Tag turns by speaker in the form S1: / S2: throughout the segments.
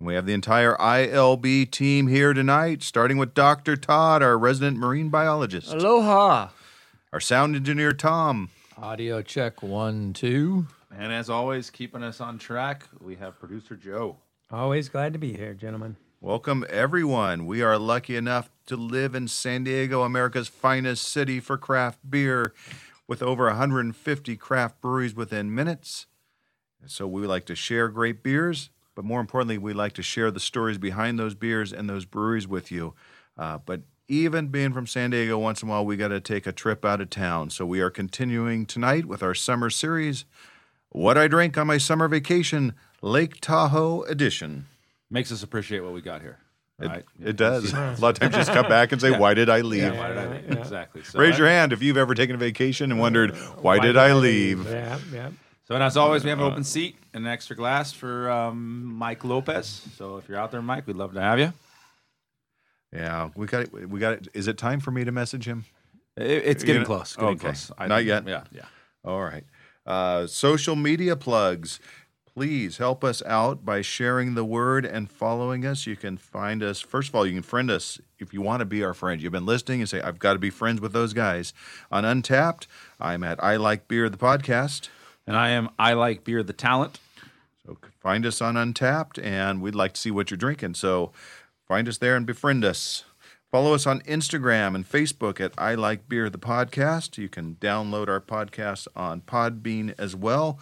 S1: and we have the entire ILB team here tonight, starting with Dr. Todd, our resident marine biologist,
S2: Aloha.
S1: our sound engineer, Tom,
S2: Audio check one, two.
S3: And as always, keeping us on track, we have producer Joe.
S4: Always glad to be here, gentlemen.
S1: Welcome, everyone. We are lucky enough to live in San Diego, America's finest city for craft beer, with over 150 craft breweries within minutes. So, we like to share great beers, but more importantly, we like to share the stories behind those beers and those breweries with you. Uh, but even being from San Diego, once in a while, we got to take a trip out of town. So, we are continuing tonight with our summer series What I Drank on My Summer Vacation, Lake Tahoe Edition.
S3: Makes us appreciate what we got here.
S1: It,
S3: right?
S1: it does. a lot of times you just come back and say, Why did I leave?
S3: Why did I leave? Exactly. So,
S1: Raise your hand if you've ever taken a vacation and wondered, Uh, Why, did I leave?
S4: Yeah, yeah.
S3: so, and as always, we have an open seat and an extra glass for um, Mike Lopez. So if you're out there, Mike, we'd love to have you.
S1: Yeah, we got it. We got it. Is it time for me to message him?
S3: It, it's getting
S1: know-
S3: close. Getting
S1: okay.
S3: close.
S1: Not
S3: think-
S1: yet.
S3: Yeah. Yeah.
S1: All right. Uh, social media plugs. Please help us out by sharing the word and following us. You can find us, first of all, you can friend us if you want to be our friend. You've been listening and say, I've got to be friends with those guys. On Untapped, I'm at I Like Beer, the podcast.
S3: And I am I Like Beer the Talent.
S1: So c- find us on Untapped, and we'd like to see what you're drinking. So find us there and befriend us. Follow us on Instagram and Facebook at I Like Beer the Podcast. You can download our podcast on Podbean as well.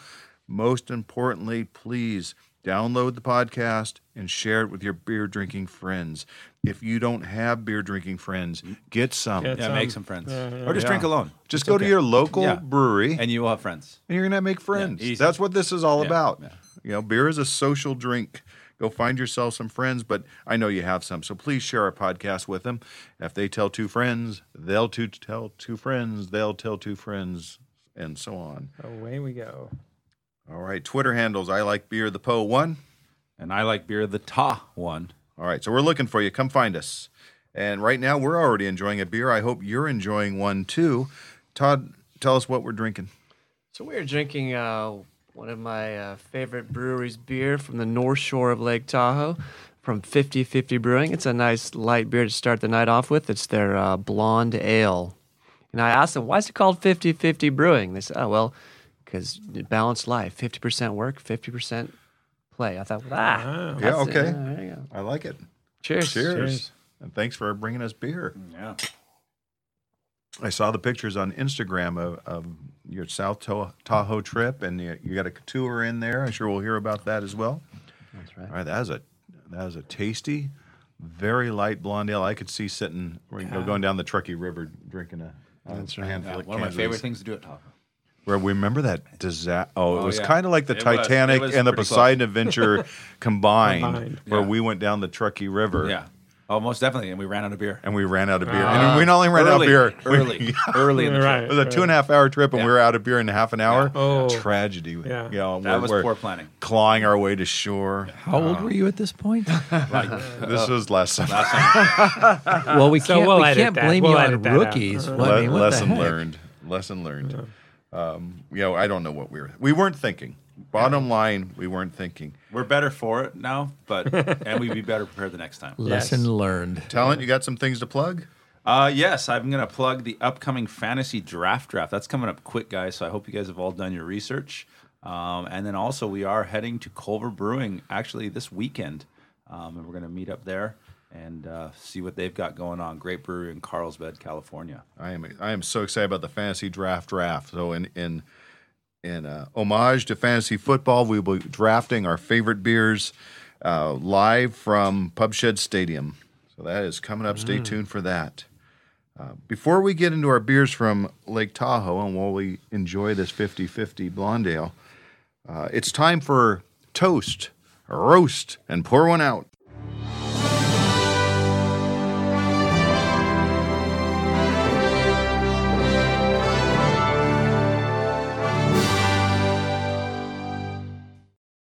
S1: Most importantly, please download the podcast and share it with your beer drinking friends. If you don't have beer drinking friends, get some.
S4: Get
S3: Yeah,
S4: Some-
S3: make some friends. or just drink alone.
S1: Just go to your local
S3: Yeah.
S1: brewery
S3: And you will have friends.
S1: and you're gonna make friends.
S3: easy.
S1: That's what this is all
S3: Yeah,
S1: about.
S3: yeah.
S1: You know, beer is a social drink. Go find yourself some friends, but I know you have some, so please share our podcast with them. If they tell two friends, they'll two tell two friends, they'll tell two friends, and so on.
S4: Away we go.
S1: All right, Twitter handles. I like beer. The Po one.
S3: And I Like Beer the Ta one.
S1: All right, so we're looking for you. Come find us. And right now, we're already enjoying a beer. I hope you're enjoying one too. Todd, tell us what we're drinking.
S5: So we are drinking uh, one of my uh, favorite breweries beer from the North Shore of Lake Tahoe from 5050 Brewing. It's a nice light beer to start the night off with. It's their uh, blonde ale. And I asked them, why is it called 5050 Brewing? They said, oh, well, because balanced life, 50% work, 50% play. I thought, ah.
S1: Yeah,
S5: that's it.
S1: okay.
S5: Yeah, there you go.
S1: I like it.
S5: Cheers.
S1: Cheers.
S4: Cheers.
S1: And thanks for bringing us beer.
S3: Yeah.
S1: I saw the pictures on Instagram of, of your South Ta- Tahoe trip, and you, you got a tour in there. I'm sure we'll hear about that as well.
S5: That's
S1: All
S5: right.
S1: right, that was a that was a tasty, very light blonde ale. I could see sitting you know, going down the Truckee River drinking a, a handful of
S3: One of my
S1: cans
S3: favorite
S1: this.
S3: things to do at Taco.
S1: Where we remember that disaster. Oh, it
S3: Oh,
S1: was
S3: yeah.
S1: kind of like the
S3: It was. It
S1: Titanic
S3: was
S1: and the
S3: pretty close.
S1: Poseidon Adventure combined,
S4: Combined.
S1: where
S3: Yeah.
S1: we went down the Truckee River.
S3: Yeah. Oh, most definitely. And we ran out of beer.
S1: And we ran out of beer. and we not only ran
S3: early,
S1: out of beer, we-
S3: Early. early in the trip.
S4: Right.
S1: It was a two and a half hour trip, and we were out of beer in half an hour.
S4: Oh.
S1: tragedy! Yeah,
S4: Yeah.
S1: you know,
S3: That
S1: we're-
S3: was
S1: we're
S3: poor planning.
S1: Clawing our way to shore.
S2: How old were you at this point?
S1: This was last summer.
S2: well, we
S4: So
S2: can't,
S4: we'll
S2: we
S4: edit
S2: can't
S4: that.
S2: blame
S4: We'll
S2: you
S4: edit
S2: on
S4: that out.
S2: rookies. Well, I
S1: Uh, Le-
S2: mean, what the
S1: lesson
S2: heck?
S1: learned. Lesson learned. Um, you know, I don't know what we were. We weren't thinking. Bottom line, we weren't thinking.
S3: We're better for it now, but and we'd be better prepared the next time.
S2: Lesson
S4: Yes.
S2: learned.
S1: Talent, you got some things to plug.
S3: Uh, yes, I'm going to plug the upcoming fantasy draft draft. That's coming up quick, guys. So I hope you guys have all done your research. Um, and then also, we are heading to Culver Brewing actually this weekend, um, and we're going to meet up there and uh, see what they've got going on. Great brewery in Carlsbad, California.
S1: I am I am so excited about the fantasy draft draft. So in in in uh, homage to fantasy football, we will be drafting our favorite beers uh, live from Pub Shed Stadium. So that is coming up. Stay tuned for that. Uh, before we get into our beers from Lake Tahoe and while we enjoy this 50 50 blonde ale, uh, it's time for toast, roast, and pour one out.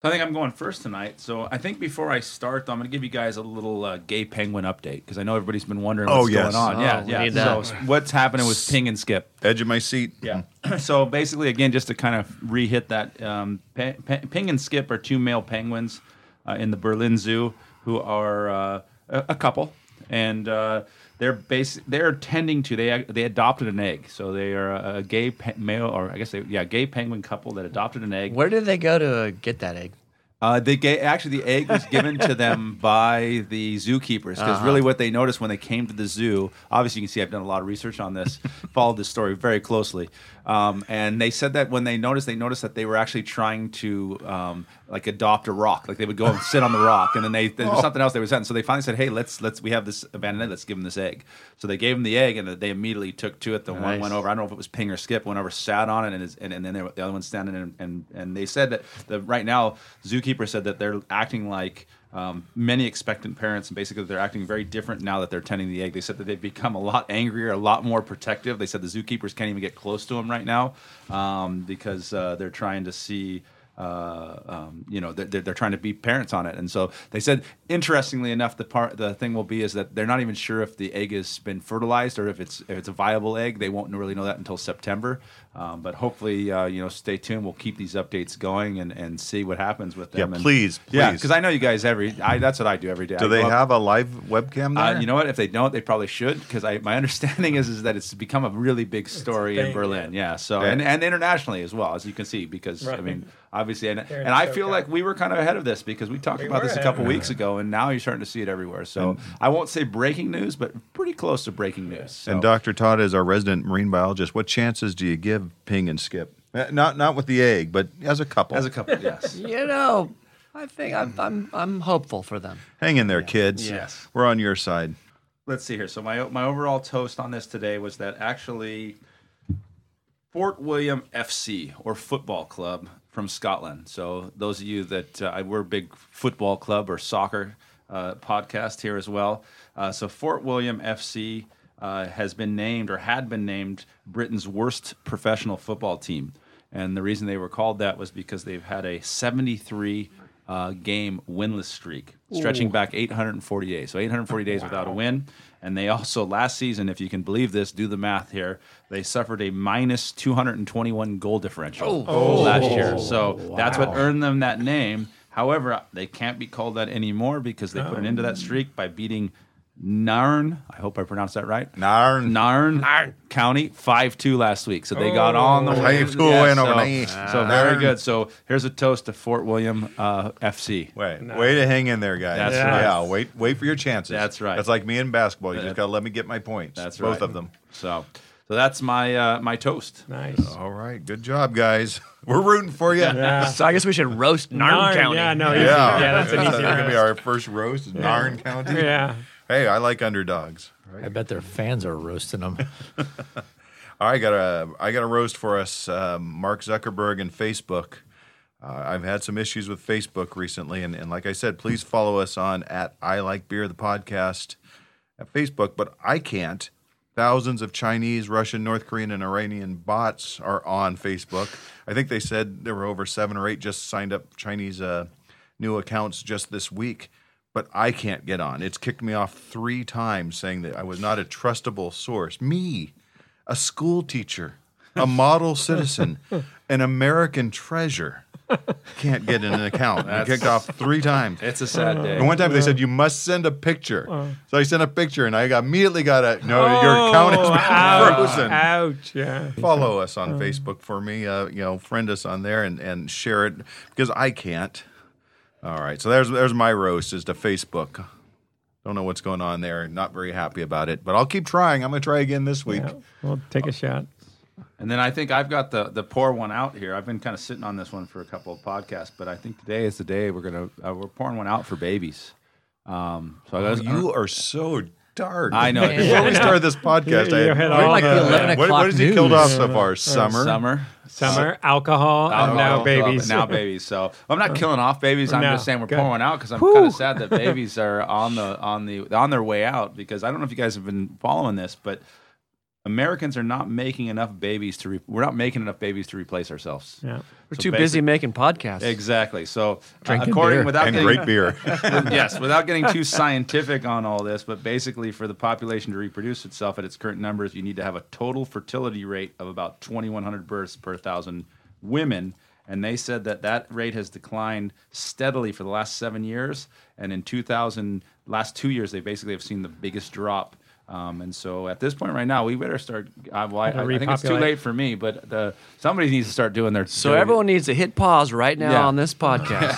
S3: So I think I'm going first tonight. So I think before I start, though, I'm going to give you guys a little uh, gay penguin update because I know everybody's been wondering
S1: Oh,
S3: what's
S1: yes.
S3: going on.
S5: Oh,
S3: yeah,
S5: we
S3: yeah.
S5: need
S3: So
S5: that.
S3: s- what's happening with Ping and Skip?
S1: Edge of my seat.
S3: Yeah. so basically, again, just to kind of re-hit that, um, pe- pe- Ping and Skip are two male penguins uh, in the Berlin Zoo who are uh, a-, a couple, and uh, they're bas- they're tending to they they adopted an egg, so they are a, a gay pe- male or I guess they yeah gay penguin couple that adopted an egg.
S5: Where did they go to uh, get that egg?
S3: Uh, they ga- actually the egg was given to them by the zookeepers because really what they noticed when they came to the zoo, obviously you can see I've done a lot of research on this, followed this story very closely, um, and they said that when they noticed, they noticed that they were actually trying to um, like adopt a rock, like they would go and sit on the rock, and then they there was something else they were setting, so they finally said, hey, let's let's we have this abandoned, egg, let's give them this egg. So they gave them the egg, and they immediately took to it. The one
S5: Nice.
S3: went over. I don't know if it was Ping or Skip, went over, sat on it, and is, and, and then there, the other one's standing. And, and and they said that the right now zookeeper said that they're acting like um, many expectant parents, and basically they're acting very different now that they're tending the egg. They said that they've become a lot angrier, a lot more protective. They said the zookeepers can't even get close to them right now um, because uh, they're trying to see uh, um, you know they're, they're they're trying to be parents on it and so they said interestingly enough the part the thing will be is that they're not even sure if the egg has been fertilized or if it's if it's a viable egg they won't really know that until september um, but hopefully uh, you know stay tuned we'll keep these updates going and and see what happens with them
S1: Yeah,
S3: And-
S1: please,
S3: yeah
S1: please.
S3: because i know you guys every I, that's what i do every day
S1: Do
S3: I
S1: they
S3: go up-
S1: have a live webcam there?
S3: uh, you know what? If they don't, they probably should because I my understanding is is that it's become a really big story in
S4: thing,
S3: Berlin. Yeah. So
S1: Yeah.
S3: and and internationally as well as you can see because I
S4: Right.
S3: mean obviously and
S4: They're
S3: and I
S4: so
S3: feel
S4: good.
S3: like we were kind of ahead of this because we talked
S4: We
S3: about
S4: were
S3: this a
S4: ahead
S3: couple
S4: of
S3: weeks ago and now you're starting to see it everywhere. So I won't say breaking news, but pretty close to breaking news. So.
S1: And Dr. Todd is our resident marine biologist. What chances do you give Ping and Skip? Uh, Not not with the egg, but as a couple.
S3: as a couple, yes.
S5: You know, I think I'm I'm, I'm hopeful for them.
S1: Hang in there, kids.
S3: Yes.
S1: We're on your side.
S3: let's see here. So my my overall toast on this today was that actually Fort William FC or football club from Scotland. So those of you that uh, we're a big football club or soccer uh, podcast here as well. Uh, so Fort William FC uh, has been named or had been named Britain's worst professional football team. And the reason they were called that was because they've had a 73 uh, game winless streak, stretching back 840 days. So 840 days without a win. And they also, last season, if you can believe this, do the math here, they suffered a minus 221 goal differential last year. So that's what earned them that name. However, they can't be called that anymore because they put an end to that streak by beating Narn. I hope I pronounced that right.
S1: Narn.
S3: Narn, County 5 2 last week. So they got on the way.
S1: 5-2 win over
S3: yeah,
S1: Nice.
S3: so, so very
S1: Narn.
S3: good. So here's a toast to Fort William uh, FC.
S1: Wait, way to hang in there, guys.
S3: That's
S1: yeah.
S3: right.
S1: wait, wait for your chances.
S3: That's right.
S1: That's like me in basketball. You
S3: That-
S1: just gotta let me get my points.
S3: That's
S1: both
S3: right.
S1: of them.
S3: So so that's my uh, my toast.
S4: Nice.
S5: Oh,
S1: All right, good job, guys. We're rooting for you. Yeah,
S5: So I guess we should roast Narn County.
S4: Yeah, no, easy.
S1: yeah.
S4: yeah. that's an easy
S1: gonna be
S4: roast.
S1: our first roast. is Narn County.
S4: Yeah.
S1: Hey, I like underdogs.
S2: I bet their fans are roasting them.
S1: I got a I got a roast for us, um, Mark Zuckerberg and Facebook. Uh, I've had some issues with Facebook recently, and, and like I said, please follow us on at I Like Beer the podcast at Facebook. But I can't. Thousands of Chinese, Russian, North Korean, and Iranian bots are on Facebook. I think they said there were over seven or eight just signed up Chinese uh, new accounts just this week. But I can't get on. It's kicked me off three times, saying that I was not a trustable source. Me a school teacher, a model citizen, an American treasure. Can't get in an account. I kicked off three times.
S3: It's a sad day.
S1: Uh, And one time they said you must send a picture. So I sent a picture, and I got- immediately got a no.
S4: Oh,
S1: your account is
S4: ouch,
S1: frozen.
S4: Ouch. Yeah.
S1: Follow us on Facebook for me. Uh, you know, friend us on there and and share it because I can't. All right. So there's there's my roast is to Facebook. Don't know what's going on there. Not very happy about it, but I'll keep trying. I'm gonna try again this week.
S4: yeah. We'll take a shot.
S3: And then I think I've got the the pour one out here. I've been kind of sitting on this one for a couple of podcasts, but I think today is the day we're gonna uh, we're pouring one out for babies. Um, so I, goes,
S1: You are so dark.
S3: I know
S1: Before we started this podcast,
S4: You- you
S1: I
S4: hit
S1: had
S4: all
S2: like
S4: the-
S2: the 11
S1: what,
S2: o'clock
S1: what has he
S2: news.
S1: killed off so far? Summer.
S3: uh, summer.
S4: Summer, alcohol, and now
S3: Alcohol,
S4: babies.
S3: Now babies. So I'm not killing off babies. I'm
S4: No,
S3: just saying we're
S4: good.
S3: pouring out because I'm kind of sad that babies are on the on the on their way out. Because I don't know if you guys have been following this, but Americans are not making enough babies to. Re- we're not making enough babies to replace ourselves.
S4: Yeah.
S5: We're
S3: So
S5: too
S3: basic-
S5: busy making podcasts.
S3: Exactly. So, uh,
S2: Drinking
S3: according
S2: beer.
S3: without
S1: and
S3: getting,
S1: great beer.
S3: yes, without getting too scientific on all this, but basically, for the population to reproduce itself at its current numbers, you need to have a total fertility rate of about 2,100 births per thousand women. And they said that that rate has declined steadily for the last seven years. And in 2000, last two years, they basically have seen the biggest drop. Um, and so at this point right now, we better start. I, well, I,
S4: Gotta
S3: I think it's too
S4: repopulate.
S3: late for me, but the, somebody needs to start doing their.
S5: So
S3: doing-
S5: everyone needs to hit pause right now
S3: Yeah.
S5: on this podcast.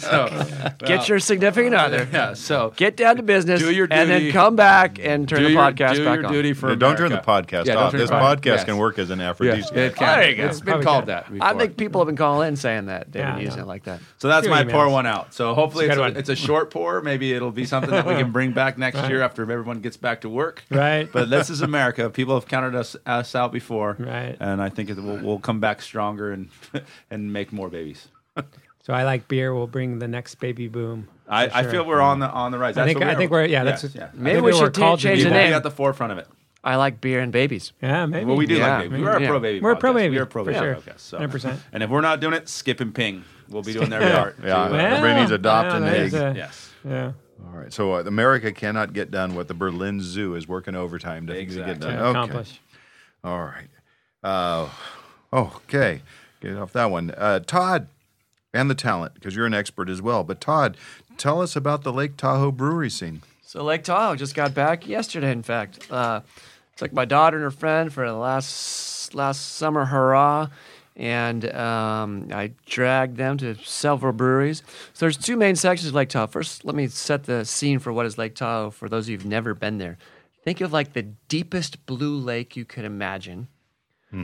S3: so,
S5: Get your significant other.
S3: yeah. So
S5: Get down to business.
S3: Do your
S5: And then
S3: duty.
S5: come back and turn
S3: do
S5: the
S3: your,
S5: podcast
S3: do
S5: back
S3: your
S5: on.
S3: duty for
S1: don't turn the
S3: America.
S1: podcast
S3: Yeah, don't
S1: off.
S3: turn
S1: This
S3: the
S1: podcast
S3: pod- yes.
S1: can work as an
S3: Yeah,
S1: aphrodisiac.
S3: it can.
S5: There you go.
S3: It's been
S4: Probably
S3: called
S4: can.
S3: that. Before.
S5: I think people have been calling in saying that. They've
S4: Yeah,
S5: been
S4: I
S5: using
S4: know.
S5: it like that.
S3: so. That's
S4: Your
S3: my pour
S4: emails.
S3: one out. So hopefully
S4: It's
S3: it's
S4: a
S3: a,
S4: good one.
S3: it's a short pour. Maybe it'll be something that we can bring back next year after everyone gets back to work.
S4: Right.
S3: But this is America. People have counted us us out before.
S4: Right.
S3: And I think it, we'll, we'll come back stronger and and make more babies.
S4: So I like beer. We'll bring the next baby boom.
S3: I,
S4: For
S3: I
S4: sure.
S3: feel we're on the on the rise.
S4: I
S3: That's
S4: think
S3: what
S4: I think we're yeah. That's
S3: yeah.
S4: I
S5: Maybe
S4: think
S5: we
S4: were
S5: should ta-
S4: called to
S5: change
S4: do
S3: People
S5: the
S4: that.
S3: will
S5: name.
S3: be at the forefront of it.
S5: I like beer and babies.
S4: Yeah, maybe.
S3: Well, we do
S5: Yeah.
S3: like baby. We're a pro baby.
S4: We're a
S3: podcast.
S4: pro-baby,
S3: We are pro
S4: for
S3: baby.
S4: sure.
S3: podcast, so.
S4: 100%.
S3: And if we're not doing it, skip and ping. We'll be doing their part.
S1: Yeah. Well,
S3: too.
S1: Everybody needs to adopt
S4: yeah,
S1: an
S4: that is
S1: egg.
S4: a-
S3: Yes.
S4: Yeah.
S1: All right. So uh, America cannot get done what the Berlin Zoo is working overtime to
S3: Exactly.
S1: get done.
S4: to
S1: Okay.
S4: accomplish.
S1: All right. Uh, okay. Get off that one. Uh, Todd and the talent, because you're an expert as well. But Todd, tell us about the Lake Tahoe brewery scene.
S5: So Lake Tahoe just got back yesterday. In fact, uh, took my daughter and her friend for the last last summer hurrah, and um, I dragged them to several breweries. So there's two main sections of Lake Tahoe. First, let me set the scene for what is Lake Tahoe for those of you who've never been there. Think of like the deepest blue lake you could imagine,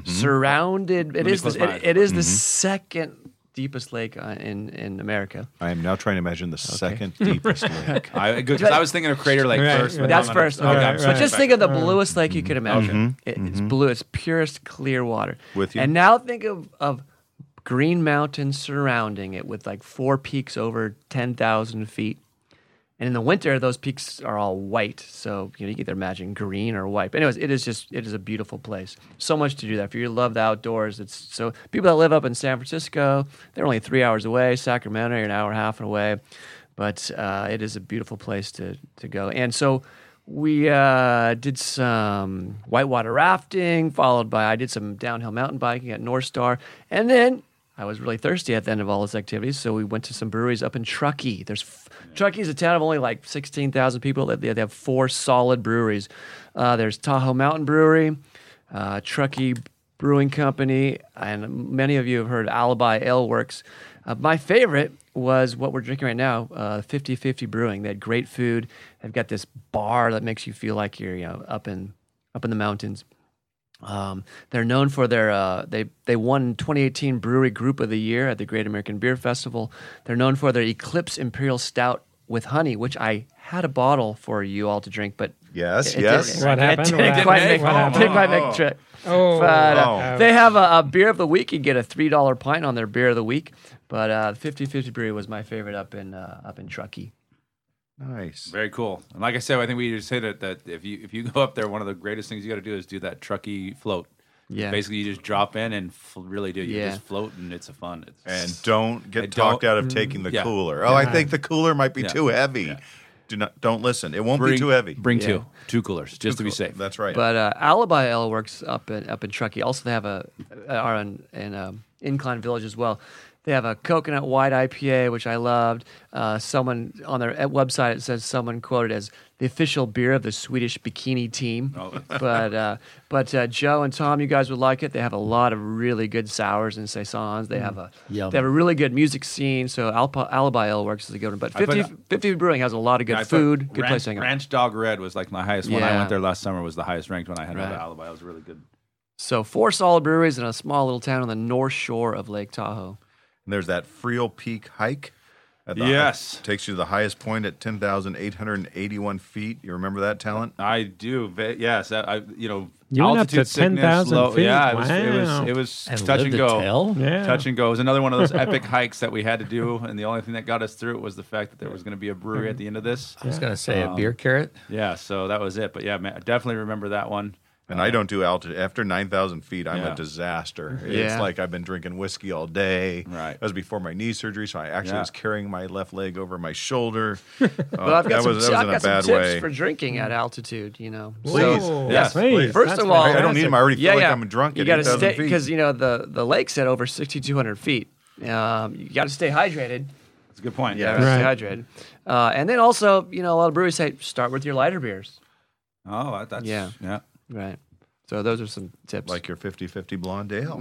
S5: surrounded.
S3: Mm-hmm.
S5: It
S3: me
S5: is
S3: close
S5: the,
S3: my
S5: it,
S3: eyes. Mm-hmm.
S5: it is the second deepest lake uh, in in America.
S1: I am now trying to imagine the second deepest lake.
S3: I, good, 'cause I was thinking of Crater Lake
S4: Right,
S3: first. but
S4: right.
S5: That's
S3: I'm gonna-
S5: first.
S3: okay,
S4: All
S5: Okay.
S4: right,
S3: I'm
S4: right.
S5: But
S3: switching
S5: just
S3: back.
S5: think of the
S1: Mm-hmm.
S5: bluest lake you could imagine. It- It's blue. It's purest, clear water.
S1: With you.
S5: And now think of, of Green Mountain surrounding it with like four peaks over 10,000 feet. And in the winter, those peaks are all white. So you, know, you can either imagine green or white. But anyways, it is just, it is a beautiful place. So much to do there. If you love the outdoors, it's so people that live up in San Francisco, they're only three hours away. Sacramento, you're an hour and a half away. But uh, it is a beautiful place to, to go. And so we uh, did some whitewater rafting, followed by I did some downhill mountain biking at North Star. And then I was really thirsty at the end of all those activities, so we went to some breweries up in Truckee. There's f- Truckee is a town of only like 16,000 people. They, they have four solid breweries. Uh, there's Tahoe Mountain Brewery, uh, Truckee Brewing Company, and many of you have heard Alibi Ale Works. Uh, my favorite was what we're drinking right now, uh, 50-50 Brewing. They had great food. They've got this bar that makes you feel like you're you know up in up in the mountains. Um, they're known for their uh, they they won 2018 Brewery Group of the Year at the Great American Beer Festival. They're known for their Eclipse Imperial Stout with honey, which I had a bottle for you all to drink, but
S1: Yes,
S5: it- it
S1: yes.
S5: didn't-
S4: What happened?
S5: It
S4: What
S5: didn't
S4: happened?
S5: quite
S4: What
S5: make,
S4: happened?
S5: didn't quite make trip.
S4: Oh.
S5: But, uh,
S4: Oh.
S5: they have a, a beer of the week. You get a three dollar pint on their beer of the week. But uh, 50-50 Brewery was my favorite up in uh, up in Truckee.
S1: Nice.
S3: Very cool. And like I said, I think we just hit it that if you if you go up there, one of the greatest things you got to do is do that Truckee float.
S5: Yeah.
S3: Basically, you just drop in and f- really do. You
S5: Yeah.
S3: just float and it's a fun. It's,
S1: And don't get
S3: I don't-
S1: talked out of taking the
S3: Yeah.
S1: cooler. Oh, I think the cooler might be
S3: Yeah.
S1: too heavy. Do not don't listen. It won't
S3: bring
S1: be too heavy.
S3: Bring
S5: Yeah.
S3: two, two coolers, just to be safe.
S1: That's right.
S5: But uh, Alibi Ale works up in up in Truckee. Also, they have a are in, in um, Incline Village as well. They have a coconut white IPA, which I loved. Uh, someone on their uh, website it says someone quoted as the official beer of the Swedish bikini team.
S3: Oh.
S5: but uh, but uh, Joe and Tom, you guys would like it. They have a lot of really good sours and
S3: Mm.
S5: saisons. They have a
S2: Yum.
S5: they have a really good music scene. So Alpa, Alibi Ale works is a good one. But
S3: I put
S5: 50,
S3: a-
S5: 50 Brewing has a lot of good
S3: I thought
S5: food, good
S3: ranch,
S5: place to hang out.
S3: Ranch Dog Red was like my highest one. I
S5: Yeah.
S3: went there last summer. Was the highest ranked one I had right.
S5: Right.
S3: Alibi. It was really good.
S5: So four solid breweries in a small little town on the north shore of Lake Tahoe.
S1: And there's that Friel Peak hike At
S3: Yes.
S1: takes you to the highest point at 10,881 feet. You remember that talent?
S3: I do. ve- Yes, I, I you know
S4: You went up
S3: altitude
S4: to
S3: sickness,
S4: 10,000
S3: low-
S4: feet.
S3: Yeah, it was it was
S4: Wow.
S3: it was
S2: And
S3: touch
S2: live
S3: and
S2: to
S3: go.
S2: tell?
S4: Yeah.
S3: Touch and go. It was another one of those epic hikes that we had to do, and the only thing that got us through it was the fact that there was going to be a brewery at the end of this. Um,
S2: I was gonna say a beer carrot.
S3: Yeah, so that was it. But yeah, man, I definitely remember that one.
S1: And I don't do altitude. After 9,000 feet, I'm
S3: Uh-huh. Yeah.
S1: a disaster. It's
S5: Yeah.
S1: like I've been drinking whiskey all day.
S3: Right.
S1: That was before my knee surgery, so I actually
S3: Yeah.
S1: was carrying my left leg over my shoulder. Uh,
S5: But I've got
S1: that
S5: some,
S1: was, that was
S5: ti- I've
S1: in a
S5: got some
S1: bad
S5: tips
S1: way.
S5: for drinking at altitude. You know,
S1: Please.
S4: Whoa.
S3: Yes,
S1: please.
S5: First
S4: That's
S5: of all-
S1: I don't need
S4: fantastic.
S1: them. I already feel
S5: yeah,
S1: like
S5: yeah.
S1: I'm drunk
S5: You
S1: at
S5: got to
S1: 8,000
S5: stay
S1: feet.
S5: because you know the the lake's at over 6,200 feet. Um, you got to stay hydrated.
S3: That's a good point.
S5: Yeah,
S4: Right.
S5: stay hydrated. Uh, and then also, you know, a lot of breweries say start with your lighter beers.
S3: Oh, that- that's yeah.
S5: Yeah. Right. So those are some tips.
S1: like your 50 50 blonde ale.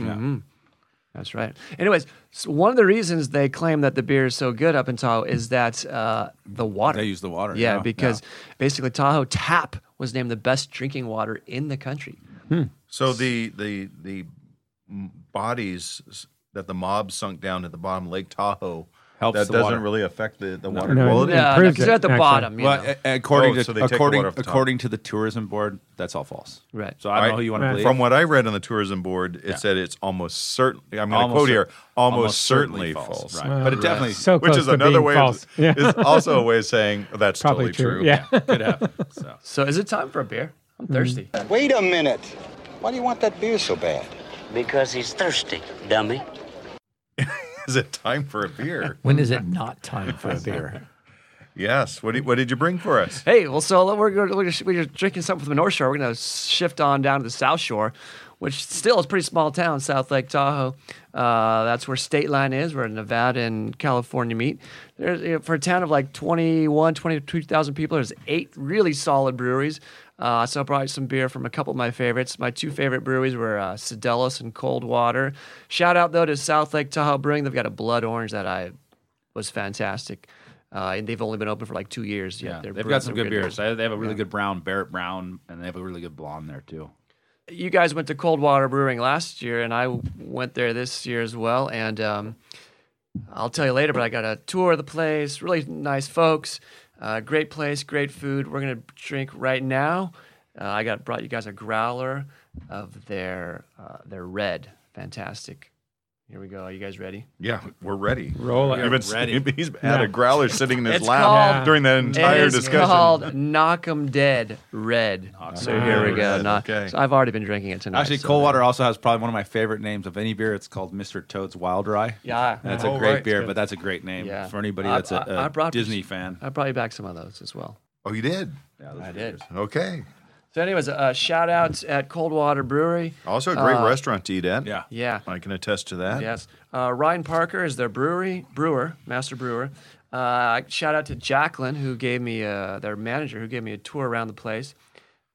S5: That's right. Anyways, so one of the reasons they claim that the beer is so good up in Tahoe is that uh, the water.
S3: They use the water,
S5: Yeah,
S3: yeah,
S5: because basically Tahoe Tap was named the best drinking water in the country.
S1: So the the the m- bodies that the mob sunk down at the bottom of Lake Tahoe
S3: Helps
S1: that
S3: the
S1: doesn't
S3: water.
S1: really affect the, the water
S4: No,
S1: quality.
S4: yeah.
S5: Yeah,
S4: improves
S5: because
S4: it,
S5: they're at the
S4: actually.
S5: bottom. You
S3: Well,
S5: know.
S3: a- according
S1: Oh,
S3: to
S1: so they take the
S3: according
S1: water off the top.
S3: according to the tourism board, that's all false.
S5: Right.
S3: So I don't
S1: Right.
S3: know who you want
S4: Right.
S3: to believe.
S1: From what I read on the tourism board, it said it's almost certainly. I'm going to
S3: Almost
S1: quote
S3: cer-
S1: here: almost,
S3: almost
S1: certainly,
S3: certainly
S1: false.
S3: false. Right. Well, But it definitely-
S4: so
S1: which
S4: close
S1: is
S4: to
S1: another
S4: being
S1: way.
S4: false. Yeah.
S1: Is also a way of saying oh, that's
S4: Probably
S1: totally true.
S4: true. Yeah.
S3: could happen. So
S5: so is it time for a beer? I'm
S4: Mm-hmm.
S5: thirsty.
S6: Wait a minute. Why do you want that beer so bad?
S7: Because he's thirsty, dummy.
S1: Is it time for a beer?
S2: When is it not time for a beer?
S1: yes. What did, what did you bring for us?
S5: Hey, well, so we're, gonna- we're, just, we're just drinking something from the North Shore. We're going to shift on down to the South Shore, which still is a pretty small town, South Lake Tahoe. Uh, that's where state line is, where Nevada and California meet. There's, you know, for a town of like 21, 22,000 people, there's eight really solid breweries. Uh, so I brought some beer from a couple of my favorites. My two favorite breweries were uh, Sedelis and Coldwater. Shout out, though, to South Lake Tahoe Brewing. They've got a blood orange that I was fantastic. Uh, and they've only been open for like two years.
S3: yeah,
S5: their
S3: they've
S5: brewing-
S3: got some
S5: they're
S3: good beers. They they have a really
S5: Yeah.
S3: good brown, Barrett Brown, and they have a really good blonde there too.
S5: you guys went to Coldwater Brewing last year, and I went there this year as well. And um, I'll tell you later, but I got a tour of the place. Really nice folks, uh, great place, great food. We're gonna drink right now. Uh, I got brought you guys a growler of their uh, their red, fantastic. Here we go. Are you guys ready?
S1: Yeah, we're ready.
S4: Roll it.
S1: You've been-
S3: ready.
S1: He's had a growler sitting in his
S5: It's
S1: lap
S5: called-
S1: during that entire
S5: it is
S1: discussion.
S5: called Knock 'em Dead Red. so here we go.
S1: Red,
S5: Knock-
S1: okay.
S5: so I've already been drinking it tonight.
S3: Actually,
S5: so-
S3: Coldwater also has probably one of my favorite names of any beer. It's called Mr. Toad's Wild Rye.
S5: Yeah.
S3: that's
S1: Oh,
S3: a great
S1: right.
S3: beer, but that's a great name
S5: Yeah.
S3: for anybody
S5: I-
S3: that's a
S5: I- I
S3: a
S5: brought-
S3: Disney fan.
S5: I brought you back some of those as well.
S1: Oh, you did.
S3: Yeah, those
S5: I
S3: are
S5: did.
S3: beers.
S1: Okay.
S5: So, anyways, uh, shout outs at Coldwater Brewery.
S1: Also, a great
S5: Uh,
S1: restaurant to eat at.
S3: Yeah,
S5: Yeah.
S1: I can attest to that.
S5: Yes. Uh, Ryan Parker is their brewery brewer, master brewer. Uh, shout out to Jacqueline who gave me uh, their manager who gave me a tour around the place.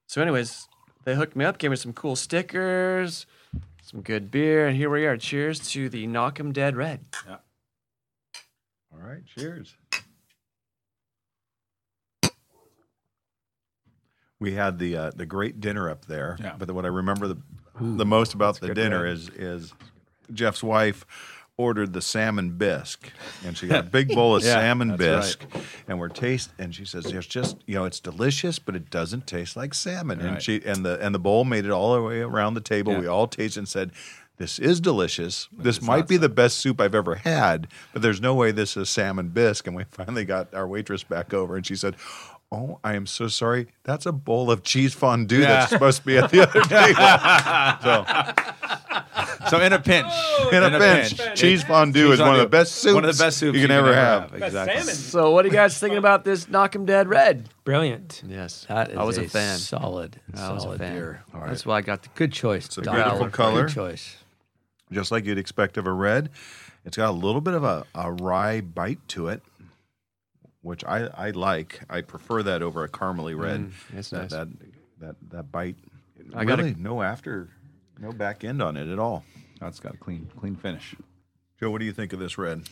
S5: So, anyways, they hooked me up, gave me some cool stickers, some good beer, and here we are. Cheers to the Knock 'Em Dead Red.
S1: All right. Cheers. We had the uh, the great dinner up there,
S3: Yeah.
S1: but what I remember the the most about the dinner is is Jeff's wife ordered the salmon bisque, and she got a big bowl of
S3: Yeah,
S1: salmon
S3: that's
S1: bisque, and we're taste, and she says it's just you know it's delicious, but it doesn't taste like salmon, and
S3: Right.
S1: she and the and the bowl made it all the way around the table.
S3: Yeah.
S1: We all tasted and said. This is delicious. This might be the best soup I've ever had, but there's no way this is salmon bisque. And we finally got our waitress back over, and she said, "Oh, I am so sorry. That's a bowl of cheese fondue that's supposed to be at the other table." so,
S3: So in a pinch,
S5: Oh,
S1: in a pinch, cheese fondue is one of the best soups.
S3: One of the best soups
S1: you can ever have.
S3: Exactly.
S5: So, what are you guys thinking about this Knock 'Em Dead Red?
S4: Brilliant.
S5: Yes.
S2: That is
S5: I was a, fan.
S2: Solid,
S5: I was a
S2: solid
S5: fan.
S2: beer.
S5: That's why I got the
S2: Good choice. It's
S1: a beautiful color.
S2: Good choice.
S1: Just like you'd expect of a red, it's got a little bit of a, a rye bite to it, which I, I like. I prefer that over a caramely red.
S5: that's
S1: that,
S5: Mm, nice.
S1: that that that bite.
S5: I gotta-
S1: really no after, no back end on it at all.
S3: That's got a clean, clean finish.
S1: Joe, what do you think of this red?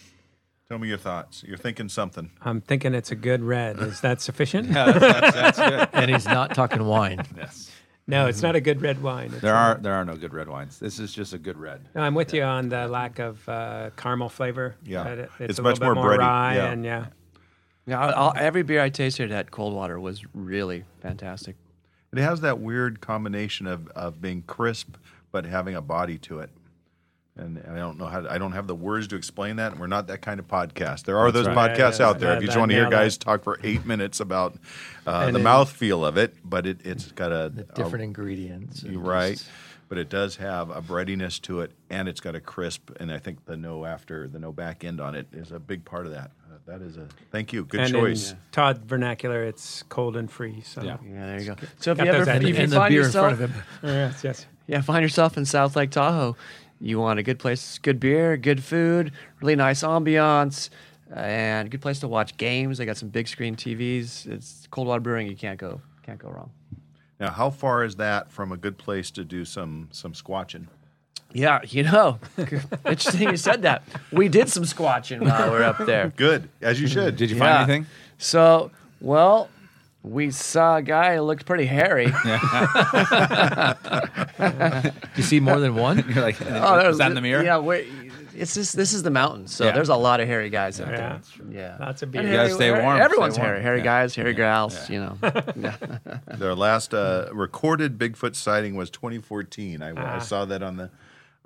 S1: Tell me your thoughts. You're thinking something.
S4: I'm thinking it's a good red. Is that sufficient?
S3: Yeah, that's, that's good.
S2: And he's not talking wine.
S3: Yes.
S4: No, it's not a good red wine. It's
S3: There
S4: a-
S3: are there are no good red wines. This is just a good red.
S4: No, I'm with you on the lack of uh, caramel flavor.
S1: Yeah.
S4: But it-
S1: It's
S4: it's, a
S1: much
S4: little bit
S1: more
S4: more
S1: bready,
S4: rye
S1: yeah.
S4: and yeah.
S5: Yeah, I'll, I'll- every beer I tasted at Coldwater was really fantastic.
S1: It has that weird combination of, of being crisp but having a body to it. And I don't know how to, I don't have the words to explain that. And we're not that kind of podcast. There are those
S4: right.
S1: podcasts
S4: Yeah,
S1: out there.
S4: that-
S1: if you just
S4: that
S1: want to hear
S4: nailed it.
S1: guys talk for eight minutes about uh,
S4: And
S1: the
S4: then-
S1: mouthfeel of it, but it, it's got a,
S2: The
S1: a-
S2: different ingredients. and
S1: you're right.
S2: just-
S1: But it does have a breadiness to it, and it's got a crisp. And I think the no after the no back end on it is a big part of that. Uh, that is a thank you, good
S4: and
S1: choice.
S4: in uh, Todd vernacular, it's cold and free. So
S3: Yeah.
S5: Yeah, there you go. So if
S4: Got
S5: you
S4: those
S5: ever
S4: at
S5: if
S4: the
S5: you
S4: end.
S2: And the
S5: find
S2: beer
S5: yourself,
S2: in front of him.
S4: Oh, yes, yes.
S5: yeah, find yourself in South Lake Tahoe, you want a good place, good beer, good food, really nice ambiance, and a good place to watch games. They got some big screen TVs. It's Coldwater Brewing. You can't go can't go wrong.
S1: Now, how far is that from a good place to do some some squatching?
S5: Yeah, you know, interesting you said that. We did some squatching while we were up there.
S1: Good, as you should.
S3: Did you
S5: Yeah.
S3: find anything?
S5: So, well, we saw a guy who looked pretty hairy.
S2: Do you see more than one?
S3: You're like,
S5: Oh,
S3: is that in the mirror?
S5: Yeah, we it's just this is the mountains, so
S3: Yeah.
S5: there's a lot of hairy guys out
S4: Yeah.
S5: there. Yeah,
S4: Lots of
S5: And
S3: You
S4: beer.
S3: gotta
S5: hairy-
S3: stay warm,
S5: Everyone's
S3: stay warm.
S5: hairy. Hairy
S3: Yeah.
S5: guys, hairy gals. You know.
S1: Their last uh, recorded Bigfoot sighting was 2014. I, I saw that on the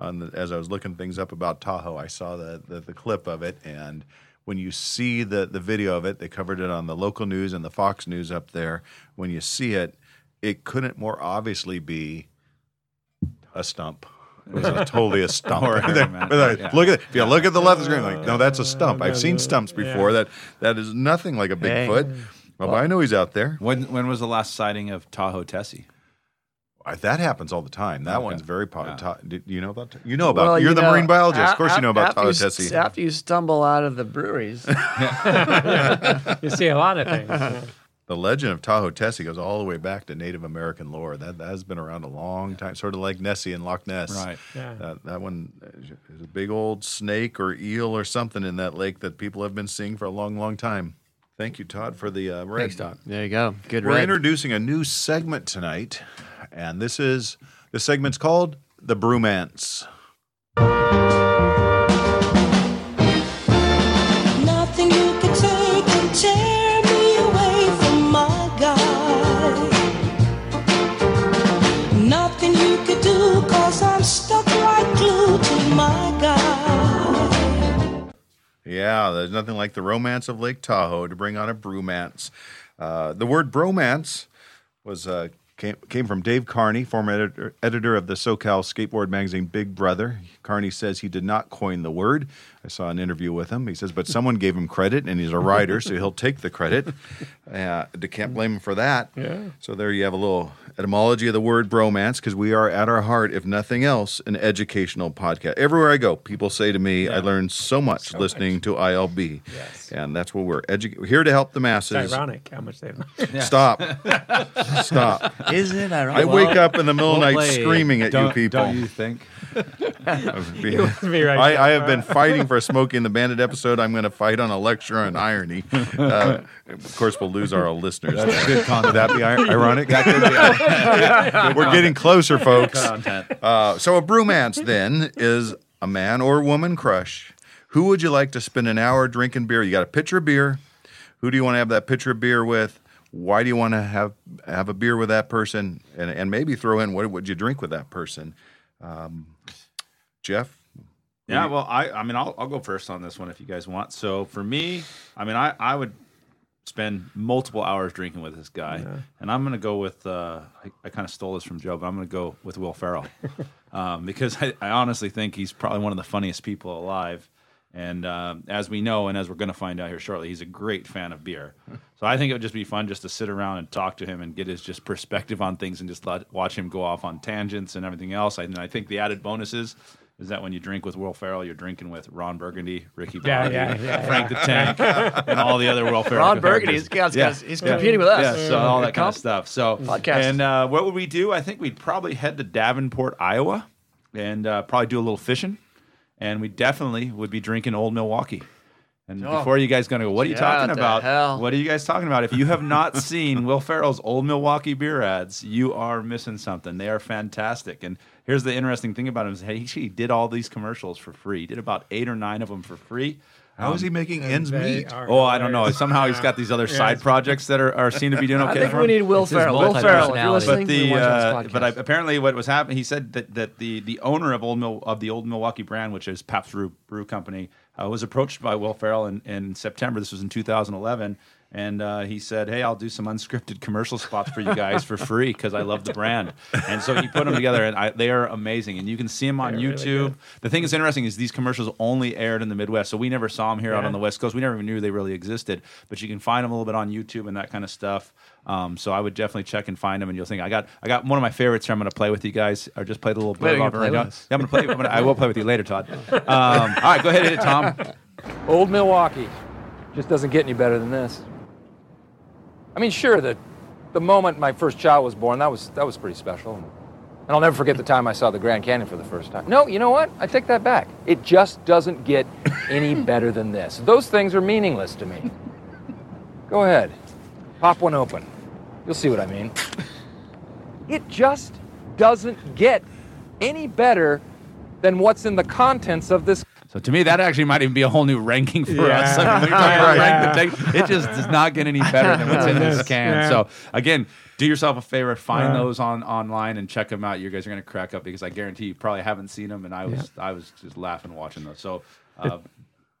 S1: on the as I was looking things up about Tahoe. I saw the the, the clip of it, and when you see the the video of it, they covered it on the local news and the Fox News up there. When you see it, it couldn't more obviously be a stump. It was a- totally a stump.
S3: Or-
S1: They're- they're like,
S3: Yeah.
S1: Look at if you look at the left of the screen, like no, that's a stump. I've seen stumps before. That that is nothing like a
S5: Hey.
S1: Bigfoot. Well, I know he's out there.
S3: When when was the last sighting of Tahoe Tessie?
S1: Uh, That happens all the time. That
S3: Okay.
S1: one's very popular.
S3: Yeah.
S1: Do you know about? You know about.
S5: Well,
S1: you're
S5: you
S1: the
S5: know,
S1: marine biologist. of course,
S5: a-
S1: you know about
S5: after you
S1: Tallahassee.
S5: s- After you stumble out of the breweries,
S4: You see a lot of things. yeah.
S1: The legend of Tahoe Tessie goes all the way back to Native American lore. That that has been around a long time, sort of like Nessie and Loch Ness.
S3: Right.
S4: Yeah.
S1: That, that one uh, is a big old snake or eel or something in that lake that people have been seeing for a long, long time. Thank you, Todd, for the uh, red.
S2: Thanks, Doc.
S5: there you go. Good
S1: We're
S5: red.
S1: introducing a new segment tonight, and this is the segment's called the Brumance.
S8: Nothing you could take can tear me away from my God. Nothing you could do, cause I'm stuck like glue to my God.
S1: Yeah, there's nothing like the romance of Lake Tahoe to bring on a bromance. Uh, the word bromance was uh, came, came from Dave Carney, former editor, editor of the SoCal skateboard magazine Big Brother. Carney says he did not coin the word. I saw an interview with him. He says, but someone gave him credit, and he's a writer, so he'll take the credit. Uh, they can't blame him for that. Yeah. So there you have a little etymology of the word bromance, because we are at our heart, if nothing else, an educational podcast. Everywhere I go, people say to me, I learned so much listening to ILB.
S4: Yes.
S1: And that's what we're, edu- we're here to help the masses.
S4: It's ironic how much they've.
S1: Stop. Stop.
S5: Isn't it
S1: I
S5: ironic?
S1: wake up in the middle of the night
S3: Play.
S1: screaming at you
S3: Don't-
S1: people.
S3: Don't you think?
S4: be right
S1: I,
S4: back.
S1: I have been fighting for a Smokey and the Bandit episode. I'm going to fight on a lecture on irony. Uh, of course, we'll lose our listeners. there.
S3: Good
S1: Would
S3: content.
S1: that be ir- ironic?
S3: That
S1: We're getting closer, folks.
S3: could be content.
S1: Uh, so, a bromance then is a man or woman crush. Who would you like to spend an hour drinking beer? You got a pitcher of beer. Who do you want to have that pitcher of beer with? Why do you want to have have a beer with that person? And and maybe throw in what would you drink with that person? Um, Jeff,
S3: Yeah, well, I, I mean, I'll, I'll go first on this one if you guys want. So for me, I mean, I, I would spend multiple hours drinking with this guy, and I'm gonna go with. Uh, I, I kind of stole this from Joe, but I'm gonna go with Will Ferrell um, because I, I honestly think he's probably one of the funniest people alive. And um as we know, and as we're going to find out here shortly, he's a great fan of beer. So I think it would just be fun just to sit around and talk to him and get his just perspective on things and just let, watch him go off on tangents and everything else. I, and I think the added bonus is, is that when you drink with Will Ferrell, you're drinking with Ron Burgundy, Ricky
S4: Yeah,
S3: Bobby,
S4: yeah, yeah,
S3: Frank the Tank, and all the other Will Ferrell.
S5: Ron Burgundy,
S3: characters.
S5: he's, got- he's, got- he's
S3: Yeah.
S5: competing with us.
S3: Yeah, so all that kind
S5: Comp-
S3: of stuff. So
S5: Podcast.
S3: And uh, what would we do? I think we'd probably head to Davenport, Iowa, and uh, probably do a little fishing. And we definitely would be drinking Old Milwaukee. And
S5: Oh.
S3: before you guys gonna go, what are you
S5: Yeah,
S3: talking
S5: the
S3: about?
S5: hell.
S3: What are you guys talking about? If you have not seen Will Ferrell's old Milwaukee beer ads, you are missing something. They are fantastic. And here's the interesting thing about him is he actually did all these commercials for free. He did about eight or nine of them for free. Um,
S1: How is he making ends
S4: They
S1: meet?
S4: are
S3: Oh, I don't know.
S4: hilarious.
S3: Somehow he's got these other
S4: Yeah,
S3: side
S4: it's-
S3: projects that are, are seem to be doing okay.
S5: I think
S3: for
S5: we
S3: him.
S5: need Will
S2: It's his
S5: Ferrell. Will Ferrell, if you're
S2: multi-personality.
S5: listening,
S3: But
S5: we
S3: the
S5: want you on
S3: uh,
S5: this podcast.
S3: but I, apparently what was happening, he said that that the the owner of old Mil, of the old Milwaukee brand, which is Pabst Brew, Brew Company, uh, was approached by Will Ferrell in, in September. This was in 2011. And uh, he said, "Hey, I'll do some unscripted commercial spots for you guys for free because I love the brand." And so he put them together, and I, they are amazing. And you can see them on
S4: They're really
S3: YouTube.
S4: good.
S3: the thing that's interesting is these commercials only aired in the Midwest, so we never saw them here out
S4: Yeah.
S3: on the West Coast. We never even knew they really existed. But you can find them a little bit on YouTube and that kind of stuff. Um, so I would definitely check and find them, and you'll think I got I got one of my favorites here. I'm going to play with you guys, or just play the little bit
S5: Wait,
S3: of
S5: you're
S3: Auburn
S5: gonna play
S3: Red
S5: with
S3: Dawn.
S5: us?
S3: Yeah, I'm going to play. I'm gonna, I will play with you later, Todd. Um, all right, go ahead, hit it, Tom.
S9: Old Milwaukee just doesn't get any better than this. I mean, sure, the, the moment my first child was born, that was, that was pretty special. And I'll never forget the time I saw the Grand Canyon for the first time. No, you know what? I take that back. It just doesn't get any better than this. Those things are meaningless to me. Go ahead, pop one open. You'll see what I mean. It just doesn't get any better than what's in the contents of this
S3: So to me, that actually might even be a whole new ranking for
S4: Yeah.
S3: us. I mean, we
S4: Yeah.
S3: rank the thing. It just does not get any better than what's in this
S4: Yes,
S3: can.
S4: yeah.
S3: So again, do yourself a favor, find
S4: Yeah.
S3: those on online and check them out. You guys are going to crack up because I guarantee you probably haven't seen them, and I was I was just laughing watching those. So. Uh,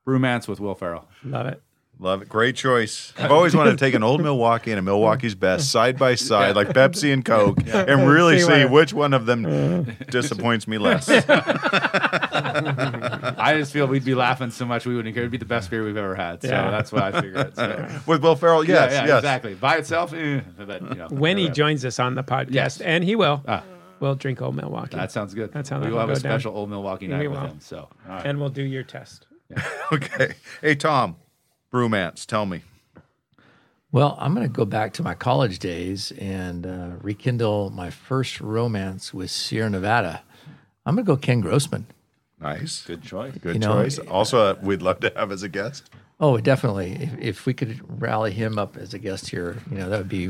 S3: Bromance with Will Ferrell.
S4: Love it.
S1: Love it. Great choice. I've always wanted to take an old Milwaukee and a Milwaukee's best side by side, like Pepsi and Coke, and really
S4: See
S1: see,
S4: where-
S1: which one of them disappoints me less.
S3: I just feel we'd be laughing so much we wouldn't care. It'd be the best beer we've ever had. So
S4: Yeah.
S3: that's what I figured. So.
S1: With Will Ferrell,
S3: Yeah,
S1: yes,
S3: yeah,
S1: yes.
S3: exactly. By itself, eh, but, you know,
S4: When he
S3: whatever.
S4: joins us on the podcast,
S3: Yes.
S4: and he will,
S3: Ah.
S4: we'll drink old Milwaukee.
S3: that sounds good.
S4: That's how
S3: we
S4: that
S3: will
S4: will
S3: have a
S4: go down.
S3: special old Milwaukee night
S4: We
S3: with
S4: will.
S3: him. So, all right.
S4: and we'll do your test.
S1: Okay. Hey, Tom, bromance, tell me.
S2: Well, I'm going to go back to my college days and uh, rekindle my first romance with Sierra Nevada. I'm going to go Ken Grossman.
S1: Nice. Good,
S3: good choice.
S1: good
S2: You know,
S1: choice. also, uh, we'd love to have as a guest.
S2: Oh, definitely. If, if we could rally him up as a guest here, you know, that would be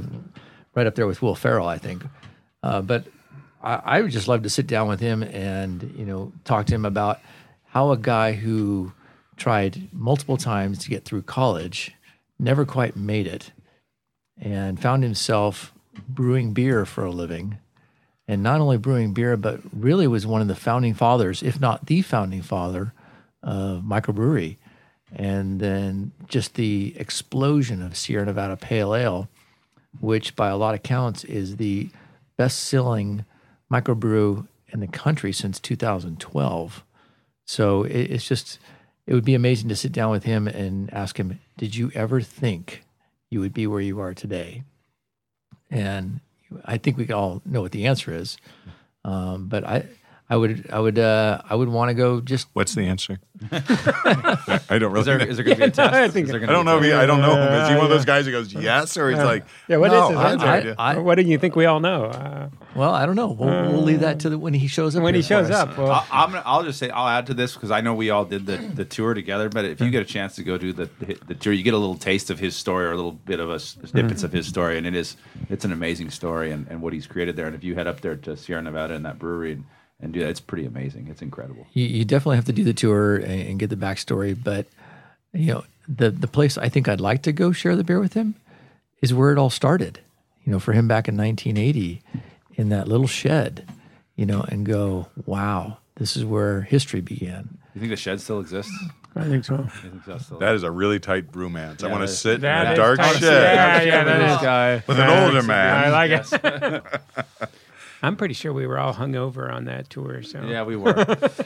S2: right up there with Will Ferrell, I think. Uh, but I, I would just love to sit down with him and, you know, talk to him about how a guy who tried multiple times to get through college never quite made it and found himself brewing beer for a living. And not only brewing beer, but really was one of the founding fathers, if not the founding father of microbrewery. And then just the explosion of Sierra Nevada Pale Ale, which by a lot of counts is the best selling microbrew in the country since 2012. So it, it's just, it would be amazing to sit down with him and ask him, Did you ever think you would be where you are today? And I think we can all know what the answer is. Um, but I, I would, I would, uh, I would want to go just
S1: What's the answer? I don't really
S3: Is there,
S1: know.
S3: is there going to be a test?
S4: I think-
S3: Is there
S1: I
S3: gonna
S1: don't
S3: be a
S1: know. If he, I don't know. Is he one of
S4: Yeah,
S1: those guys that goes yes, or he's like,
S4: Yeah, what is
S1: no,
S4: his
S1: I have
S4: answer?
S1: no idea.
S2: I-
S4: what do you think we all know? Uh,
S2: Well, I don't know. We'll, we'll leave that to the, when he shows up.
S4: when he
S2: here for
S4: shows
S2: us.
S4: up, well,
S3: I'll, I'm gonna, I'll just say I'll add to this because I know we all did the, the tour together. But if you get a chance to go do the, the the tour, you get a little taste of his story or a little bit of a s- snippets of his story, and it is it's an amazing story and, and what he's created there. And if you head up there to Sierra Nevada and that brewery and, and do that, it's pretty amazing. It's incredible.
S2: you, you definitely have to do the tour and, and get the backstory. But you know, the the place I think I'd like to go share the beer with him is where it all started. You know, for him back in 1980, in that little shed. You know, and go, wow, this is where history began.
S3: You think the shed still exists?
S4: I think so.
S3: You think that's still
S1: That is a really tight bromance. I
S3: Yeah,
S1: want to
S3: that-
S1: sit in
S4: that
S1: a
S4: is
S1: dark
S4: tight.
S1: shed
S4: Yeah, yeah,
S3: Look at
S4: that
S3: this
S4: is-
S3: guy.
S1: with an older man.
S4: I like it. I'm pretty sure we were all hungover on that tour. So
S3: Yeah, we were,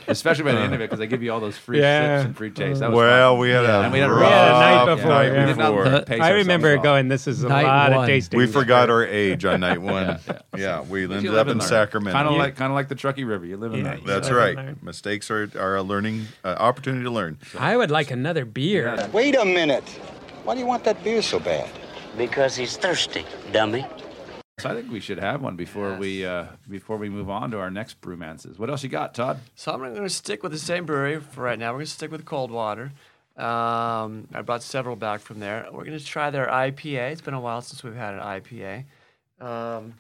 S3: especially by the end of it because they give you all those free
S4: Yeah.
S3: sips and free tastes. That was
S1: Well, we had a
S3: And we had a-
S1: rough
S3: We had a
S4: night
S1: night
S4: before,
S1: before.
S4: yeah. We did
S3: fun.
S2: Uh,
S3: Pace
S4: I remember
S3: ourselves off.
S4: going. This is a
S2: Night
S4: lot
S2: one.
S4: of tasting.
S1: We forgot our age on night one. Yeah, we
S3: You
S1: ended up
S3: live
S1: in
S3: learn.
S1: Sacramento.
S3: Kind of like kind of like the Truckee River. You live in
S4: Yeah,
S3: there.
S4: you
S1: That's
S4: live and
S1: right.
S4: learn.
S1: Mistakes are, are a learning uh, opportunity to learn.
S4: I would like another beer.
S6: Wait a minute. Why do you want that beer so bad?
S7: Because he's thirsty, dummy.
S3: So I think we should have one before we uh, before we move on to our next brewmances. What else you got, Todd?
S5: So I'm going to stick with the same brewery for right now. We're going to stick with Coldwater. Um, I brought several back from there. We're gonna try their IPA. It's been a while since we've had an IPA. Um,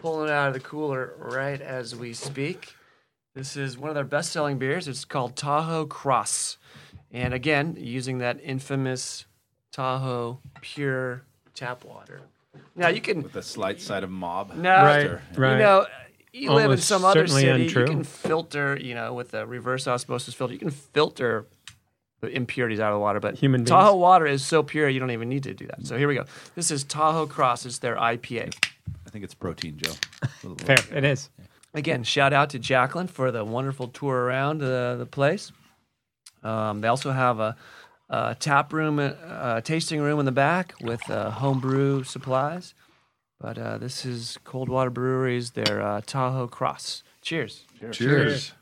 S5: pulling it out of the cooler right as we speak. This is one of their best-selling beers. It's called Tahoe Cross, and again, using that infamous Tahoe pure tap water. Now you can
S3: with the slight side of mob.
S5: No,
S3: filter.
S5: You know, you live in
S4: Almost
S5: some other
S4: certainly
S5: city.
S4: untrue.
S5: You can filter, you know, with a reverse osmosis filter, you can filter the impurities out of the water. But
S4: Human beings.
S5: Tahoe water is so pure, you don't even need to do that. So here we go. This is Tahoe Cross. It's their IPA.
S3: I think it's protein, Joe.
S4: Fair. It is.
S5: Again, shout out to Jacqueline for the wonderful tour around uh, the place. Um, they also have a, a tap room, uh, tasting room in the back with uh, homebrew supplies. But uh, this is Coldwater Brewery's their uh, Tahoe Cross. Cheers.
S1: Cheers.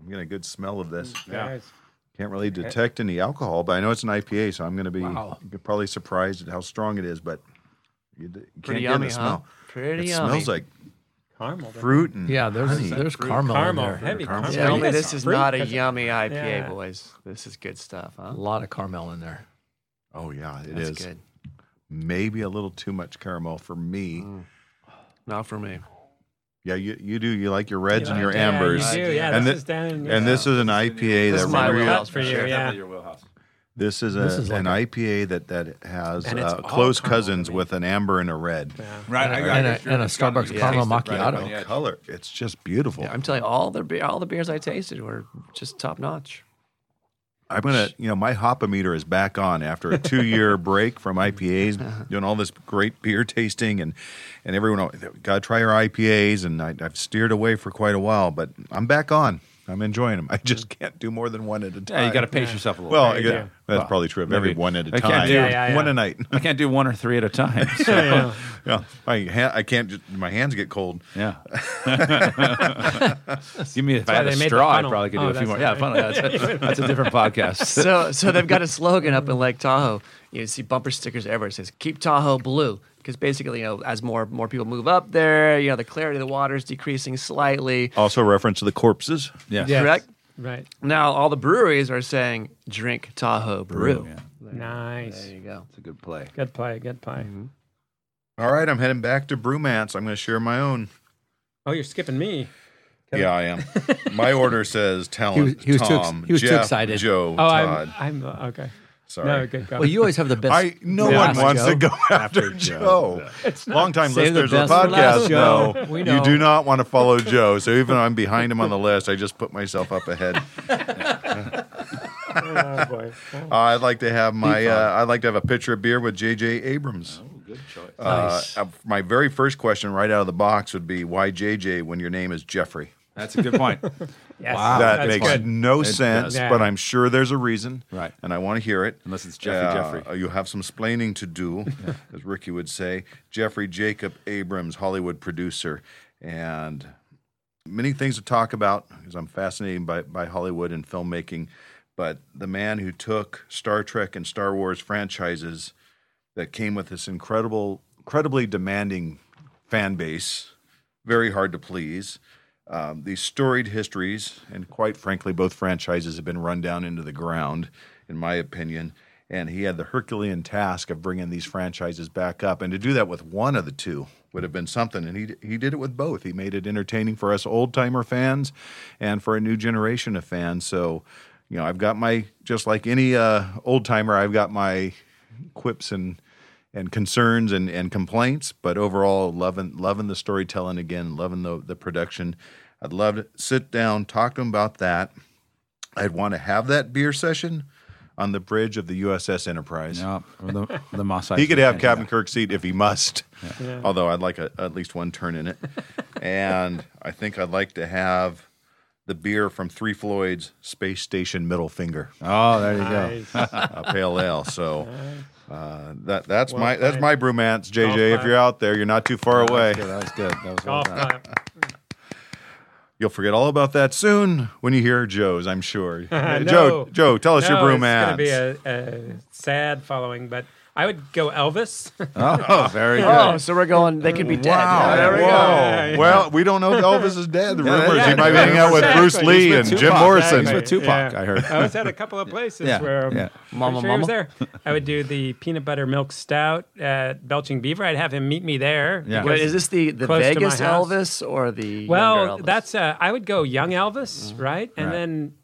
S1: I'm getting a good smell of this.
S4: Guys.
S1: Can't really detect any alcohol, but I know it's an IPA, so I'm going to be probably surprised at how strong it is. But you, d- you can't
S5: Pretty
S1: get in
S5: yummy,
S1: the
S5: huh?
S1: smell.
S5: Pretty
S1: it
S5: yummy.
S1: smells like
S4: Caramel. though.
S1: fruit and
S2: Yeah, there's
S1: honey.
S2: there's
S4: fruit.
S2: caramel,
S4: Caramel,
S2: in there.
S4: heavy caramel.
S5: Tell me
S4: Yeah.
S5: this is
S4: Fruit,
S5: not a
S4: 'cause-
S5: yummy IPA,
S4: Yeah.
S5: boys. This is good stuff, huh?
S2: A lot of caramel in there.
S1: Oh yeah, it is.
S5: That's good.
S1: Maybe a little too much caramel for me.
S5: Not for me.
S1: Yeah, you, you do. You like your reds and your
S4: Yeah, you
S1: ambers.
S4: do. Yeah,
S1: and
S4: this
S1: thi-
S4: is down in your-
S1: and this is an IPA
S5: This
S1: that
S5: is my
S1: really-
S5: wheelhouse
S4: for you,
S5: sure.
S4: yeah.
S3: Definitely your wheelhouse.
S1: This is, a,
S2: This is like
S1: an IPA that that has
S4: And it's
S1: uh,
S4: all
S1: close
S4: caramel to
S1: cousins
S4: me.
S1: with an amber and a red.
S3: Right. I got
S2: And
S3: it.
S2: a-
S3: Sure,
S2: and a
S3: it's gotta be
S2: Starbucks
S3: good.
S2: caramel
S3: Tasted right
S2: macchiato.
S3: on the edge.
S1: Color, it's just beautiful.
S5: Yeah, I'm telling you, all the be- all the beers I tasted were just top notch.
S1: I'm gonna, you know, my hopometer is back on after a two-year break from IPAs, doing all this great beer tasting, and and everyone, gotta try your IPAs, and I, I've steered away for quite a while, but I'm back on. I'm enjoying them. I just can't do more than one at a time.
S3: Yeah, you got to pace yourself a little.
S1: Well,
S3: bit.
S1: I
S3: You
S1: got-
S3: do.
S1: that's
S3: Well,
S1: probably true of every
S3: maybe.
S1: one at a
S3: I
S1: time.
S3: can't do-
S4: Yeah, yeah,
S1: One
S4: yeah.
S1: a night.
S3: I can't do one or three at a time. So,
S1: yeah, my ha- I can't. Just, my hands get cold.
S3: yeah. Give me if I
S4: why
S3: had
S4: they
S3: a
S4: made the
S3: straw, I
S4: funnel.
S3: probably could do
S4: Oh,
S3: a few
S4: that's
S3: more.
S4: right.
S3: Yeah, funnel. That's, that's a different podcast.
S5: So so they've got a slogan up in Lake Tahoe. You see bumper stickers everywhere. It says "Keep Tahoe Blue." Because basically, you know, as more more people move up there, you know, the clarity of the water is decreasing slightly.
S1: Also, reference to the corpses.
S3: Yeah.
S4: Yes.
S5: Correct.
S4: Right.
S5: Now all the breweries are saying "Drink Tahoe Brew."
S3: Yeah.
S4: Nice.
S5: There you go.
S3: It's a good play.
S4: Good play. Good play.
S1: All right, I'm heading back to Brewmance. I'm going to share my own.
S4: Oh, you're skipping me.
S1: yeah, I am. My order says
S2: He was-
S1: talent.
S2: he was too ex-
S1: Tom,
S2: he was too
S1: Jeff,
S2: excited.
S1: Joe,
S4: Oh,
S1: Todd.
S4: I'm. I'm uh, okay.
S1: Sorry.
S4: No, good. Go.
S2: Well, you always have the best.
S1: I no
S4: Yeah.
S1: one
S4: After
S1: wants
S2: Joe.
S1: to go after Joe. Long time
S2: Save the
S1: listeners of the
S2: best for last,
S1: podcast
S2: Joe.
S1: know
S4: We
S1: you
S4: know.
S1: do not want to follow Joe. So even though I'm behind him on the list, I just put myself up ahead.
S4: oh boy. Oh.
S1: Uh, I'd like to have my uh, I'd like to have a pitcher of beer with JJ Abrams.
S3: Good choice.
S1: Uh, uh, my very first question right out of the box would be why JJ when your name is Jeffrey?
S3: That's a good point.
S4: Yes.
S3: Wow.
S1: that
S4: That's
S1: makes
S4: good.
S1: no sense,
S4: does.
S1: but
S4: Yeah.
S1: I'm sure there's a reason.
S3: Right.
S1: And I want to hear it. uh,
S3: Unless it's Jeffrey Jeffrey.
S1: You have some splaining to do, as Ricky would say. Jeffrey Jacob Abrams, Hollywood producer. And many things to talk about because I'm fascinated by, by Hollywood and filmmaking. But the man who took Star Trek and Star Wars franchises that came with this incredible, incredibly demanding fan base, very hard to please. Um, these storied histories, and quite frankly, both franchises have been run down into the ground, in my opinion. And he had the Herculean task of bringing these franchises back up, and to do that with one of the two would have been something. And he he did it with both. He made it entertaining for us old timer fans, and for a new generation of fans. So, you know, I've got my just like any uh, old timer, I've got my quips and and concerns and, and complaints, but overall loving loving the storytelling again, loving the the production. I'd love to sit down, talk to him about that. I'd want to have that beer session on the bridge of the USS Enterprise.
S3: Yeah, or the, the Moss
S1: He could
S3: Ice
S1: have
S3: Man.
S1: Captain Kirk's seat if he must. Although I'd like a, at least one turn in it. and I think I'd like to have the beer from Three Floyds Space Station Middle Finger
S3: Oh, there you go.
S4: Nice.
S1: a pale ale. So uh, that that's my that's my brewmance,
S4: Golf
S1: JJ. If
S4: clap.
S1: you're out there, you're not too far away.
S3: Yeah, that was good. That was well
S4: Golf
S3: done.
S4: clap.
S1: You'll forget all about that soon when you hear Joe's. I'm sure. Hey,
S4: No.
S1: Joe, Joe, tell us your
S4: no, It's going to
S1: brewmance.
S4: be a, a sad following, but I I would go Elvis.
S1: Oh, very
S5: Oh,
S1: good.
S5: so we're going. They could be dead.
S1: Wow.
S4: there we
S1: Whoa.
S4: go. Yeah, yeah.
S1: Well, we don't know if Elvis is dead. The
S3: Yeah,
S1: rumors
S4: yeah,
S1: he might be hanging out with
S4: exactly.
S1: Bruce Lee
S3: He's with
S1: and
S3: Tupac.
S1: Jim Morrison.
S3: He's with Tupac,
S4: Yeah.
S3: I heard.
S4: I was at a couple of places
S3: Yeah,
S4: where um,
S3: yeah.
S5: Mama,
S4: sure he was there. I would do the peanut butter milk stout at Belching Beaver. I'd have him meet me there.
S3: Yeah.
S4: because-
S5: Wait, is this the, the
S4: Close to my
S5: Vegas
S4: house.
S5: Elvis or the
S4: well,
S5: younger Elvis? Mm-hmm.
S4: that's uh, I would go young Elvis, right? And
S3: Right.
S4: then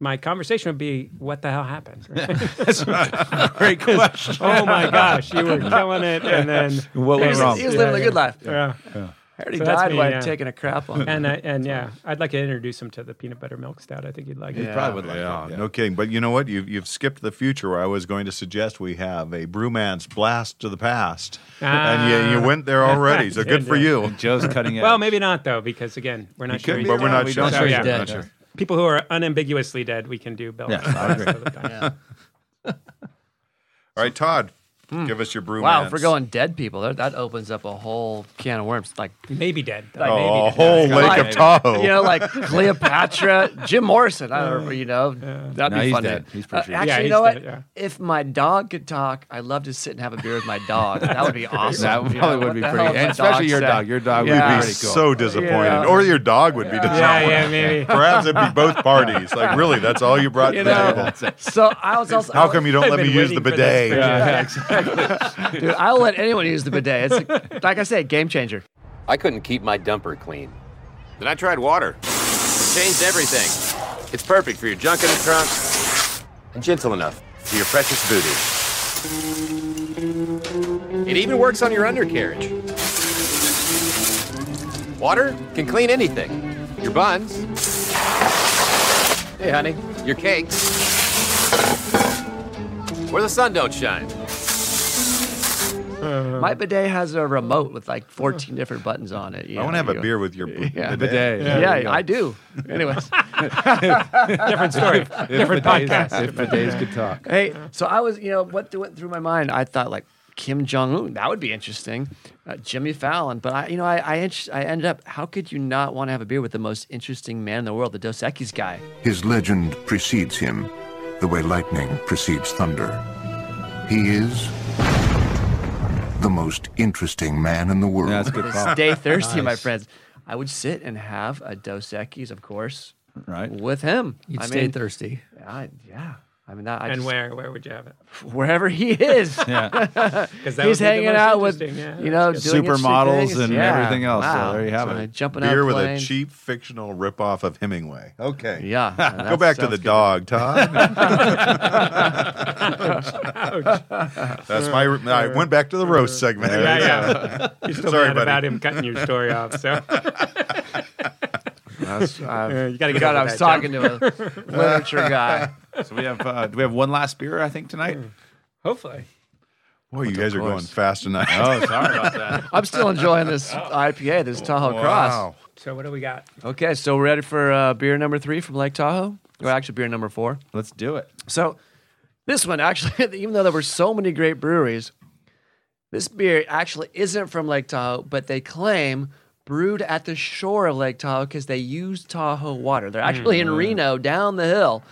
S4: my conversation would be, "What the hell happened?"
S3: Great question.
S4: oh my gosh, you were killing it, and then
S3: What
S5: he
S3: went
S5: was,
S3: wrong?
S5: he was living
S4: Yeah,
S5: a good
S4: yeah.
S5: life.
S4: yeah.
S5: I already
S4: So that's
S5: died
S4: me,
S5: while
S4: yeah.
S5: taking a crap on.
S4: and I, and yeah, I'd like to introduce him to the peanut butter milk stout. I think he'd like it.
S5: Yeah.
S3: Probably would like
S1: Yeah,
S3: that, yeah.
S1: no kidding. But you know what? You've, you've skipped the future where I was going to suggest we have a brewman's blast to the past. and you,
S4: Ah.
S1: you went there already, so good for you.
S3: Joe's cutting it.
S4: Well, maybe not though, because again, we're not
S3: He
S4: sure.
S3: could
S4: he's
S3: be,
S1: But we're not
S3: We
S1: sure.
S3: don't know.
S4: Yeah.
S1: Not
S2: Dead.
S1: sure.
S4: people who are unambiguously dead, we can do Bill.
S3: Yeah,
S4: Russell
S3: I
S4: the rest
S3: agree.
S4: of the time.
S1: All right, Todd, give us your brewman's.
S5: Hmm. Wow, if we're going dead people, that, that opens up a whole can of worms. Like,
S4: Maybe dead. though.
S5: Like-
S4: Maybe
S1: Oh, a
S4: dead.
S1: whole lake of
S5: Like,
S1: Tahoe.
S5: you know, like Cleopatra, Jim Morrison. I don't know, you know, that'd
S3: No,
S5: be
S3: he's
S5: fun. to-
S3: dead. He's pretty sure
S5: actually,
S4: Yeah,
S5: you
S4: he's
S5: know what?
S4: dead, yeah.
S5: If my dog could talk, I'd love to sit and have a beer with my dog. That would be awesome.
S3: That
S5: you know,
S3: probably
S5: what
S3: would be
S5: the
S3: pretty,
S5: hell if
S3: and
S5: my
S3: especially your
S5: said-
S3: dog. Your dog
S5: Yeah.
S3: would
S1: We'd be
S3: be pretty cool.
S1: so disappointed.
S4: Yeah.
S1: Or your dog would be disappointed.
S4: Yeah, yeah, maybe.
S1: Perhaps it'd be both parties. Like, really, that's all you brought
S5: You
S1: to the
S5: know,
S1: table.
S5: So I was also.
S1: How come you don't
S4: I've
S1: let me
S4: been
S1: use the
S4: waiting for this
S1: bidet?
S4: for
S5: Dude, I'll let anyone use the bidet. It's a, like I said, game changer.
S10: I couldn't keep my dumper clean. Then I tried water. Changed everything. It's perfect for your junk in the trunk and gentle enough for your precious booty. It even works on your undercarriage. Water can clean anything. Your buns. Hey, honey. Your cakes. Where the sun don't shine.
S5: My bidet has a remote with like 14 different buttons on it.
S1: I want to have a beer with your b-
S5: Yeah.
S1: bidet.
S5: Yeah, I do. Anyways,
S4: Different story. Different podcast.
S3: If the days could talk.
S5: hey, so I was, you know, what th- went through my mind? I thought like Kim Jong Un, that would be interesting. Uh, Jimmy Fallon, but I, you know, I, I, int- I ended up. How could you not want to have a beer with the most interesting man in the world, the Dos Equis guy?
S11: His legend precedes him the way lightning precedes thunder. He is the most interesting man in the world.
S3: Yeah, that's a good call.
S5: Stay thirsty, my friends. I would sit and have a Dos Equis, of course,
S3: Right.
S5: with him.
S2: You'd
S5: I
S2: stay
S5: mean,
S2: thirsty.
S5: I, yeah. I mean, that, I
S4: And
S5: just-
S4: where where would you have it?
S5: wherever he is,
S3: Yeah.
S4: Because
S5: he's hanging out with you know doing interesting
S3: Supermodels
S5: things.
S3: and
S5: Yeah.
S3: everything else. So
S5: Wow.
S3: there you have it.
S5: Uh, Jumping out
S1: Beer
S5: of
S1: with a
S5: planes.
S1: cheap fictional ripoff of Hemingway. Okay.
S5: Yeah,
S1: Go back to the dog, Todd.
S4: Ouch.
S1: That's my. I went back to the roast segment.
S4: Yeah, yeah. You're still
S1: Sorry,
S4: mad
S1: buddy.
S4: about him cutting your story off. So Uh, you gotta get
S5: God,
S4: over
S5: I was
S4: that,
S5: talking to a literature guy.
S3: So we have uh, do we have one last beer I think tonight?
S4: Hopefully.
S1: Boy, you guys are going fast tonight.
S3: Oh, sorry about that.
S5: I'm still enjoying this IPA, this
S3: Oh,
S5: Tahoe Cross.
S1: wow.
S4: So what do we got?
S5: Okay, so we're ready for uh, beer number three from Lake Tahoe. Well, actually, beer number four.
S3: Let's do it.
S5: So this one actually, even though there were so many great breweries, this beer actually isn't from Lake Tahoe, but they claim brewed at the shore of Lake Tahoe because they use Tahoe water. They're actually
S3: Hmm.
S5: in Reno, down the hill.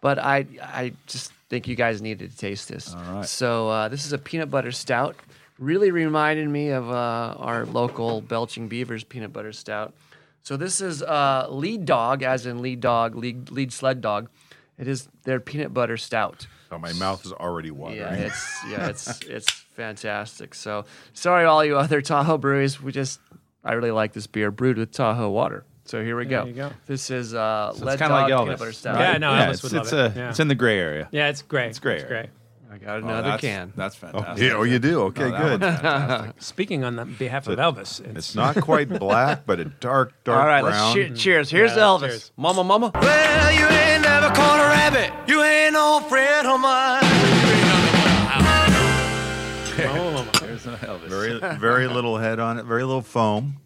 S5: But I, I just think you guys needed to taste this. All right. So uh, this is a peanut butter stout. Really reminded me of uh, our local Belching Beavers peanut butter stout. So this is uh, lead dog, as in lead dog, lead, lead sled dog. It is their peanut butter stout.
S1: Oh, my mouth is already watering.
S5: Yeah, it's yeah, it's it's fantastic. So sorry, all you other Tahoe breweries. We just I really like this beer brewed with Tahoe water. So here we go.
S4: you go.
S5: This is uh,
S3: So
S5: lead
S3: it's
S5: dog
S3: kind of like
S5: peanut
S3: Elvis.
S5: butter stout.
S4: Yeah, no, Elvis
S3: it's,
S4: would
S3: it's,
S4: love
S3: uh,
S4: it. Yeah.
S3: it's in the gray area.
S4: Yeah, it's great. It's
S3: great.
S4: great.
S5: I got
S3: Oh,
S5: another
S3: that's-
S5: can.
S3: That's
S1: Oh,
S3: fantastic.
S1: yeah, oh, you do. Okay,
S3: Oh, that
S1: good.
S3: one's fantastic.
S4: Speaking on the behalf of Elvis, it's,
S1: It's not quite black, but a dark, dark
S5: All right,
S1: brown.
S5: let's cheer, cheers. Here's
S4: Yeah,
S5: Elvis.
S4: cheers.
S5: Mama, mama.
S10: Well, you ain't never caught a rabbit. You ain't no friend of mine.
S3: There's no Elvis.
S1: Very, very little head on it. Very little foam,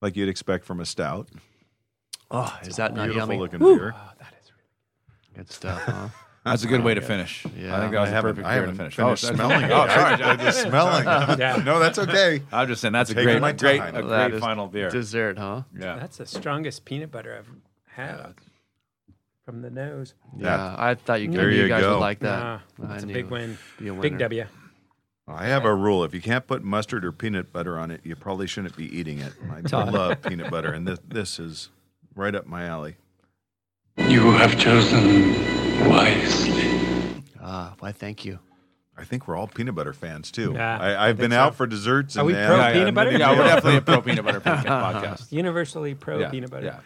S1: like you'd expect from a stout.
S5: Oh, is that not
S1: Beautiful
S5: yummy?
S1: looking beer.
S5: Good stuff. Huh?
S3: That's a good way to finish. Yeah, I think that was
S1: I
S3: a
S1: haven't,
S3: perfect
S1: I
S3: beer to
S1: haven't
S3: finish.
S1: finished
S3: Oh, sorry.
S1: smelling.
S3: Oh, sorry.
S1: I, I just smelling.
S4: Yeah.
S1: No, that's okay.
S3: I'm just saying that's a
S1: Taking
S3: great,
S1: my
S3: a great,
S1: time.
S3: a
S5: That
S3: great
S5: is
S3: final beer.
S5: Dessert, huh?
S3: yeah.
S4: that's the strongest peanut butter I've had from the nose.
S5: Yeah, I thought you,
S1: There
S5: you
S1: you
S5: guys
S1: go.
S5: would like that.
S4: Ah,
S5: I
S4: that's a
S5: knew
S4: big
S5: it.
S4: win.
S5: Be a winner.
S4: Big W.
S1: I have a rule: if you can't put mustard or peanut butter on it, you probably shouldn't be eating it. I
S12: Todd.
S1: love peanut butter, and this this is right up my alley.
S12: You have chosen wisely.
S1: Ah, why? Thank you. I think we're all peanut butter fans too.
S4: Yeah,
S1: I, I've
S4: I
S1: been
S4: think so.
S1: out for desserts.
S4: Are
S1: and
S4: we
S1: they
S4: pro
S1: have-
S4: peanut butter?
S1: many
S4: Yeah, we're
S1: meals.
S4: definitely a
S3: pro peanut butter podcast.
S4: Universally pro
S3: Yeah,
S4: peanut butter.
S3: yeah.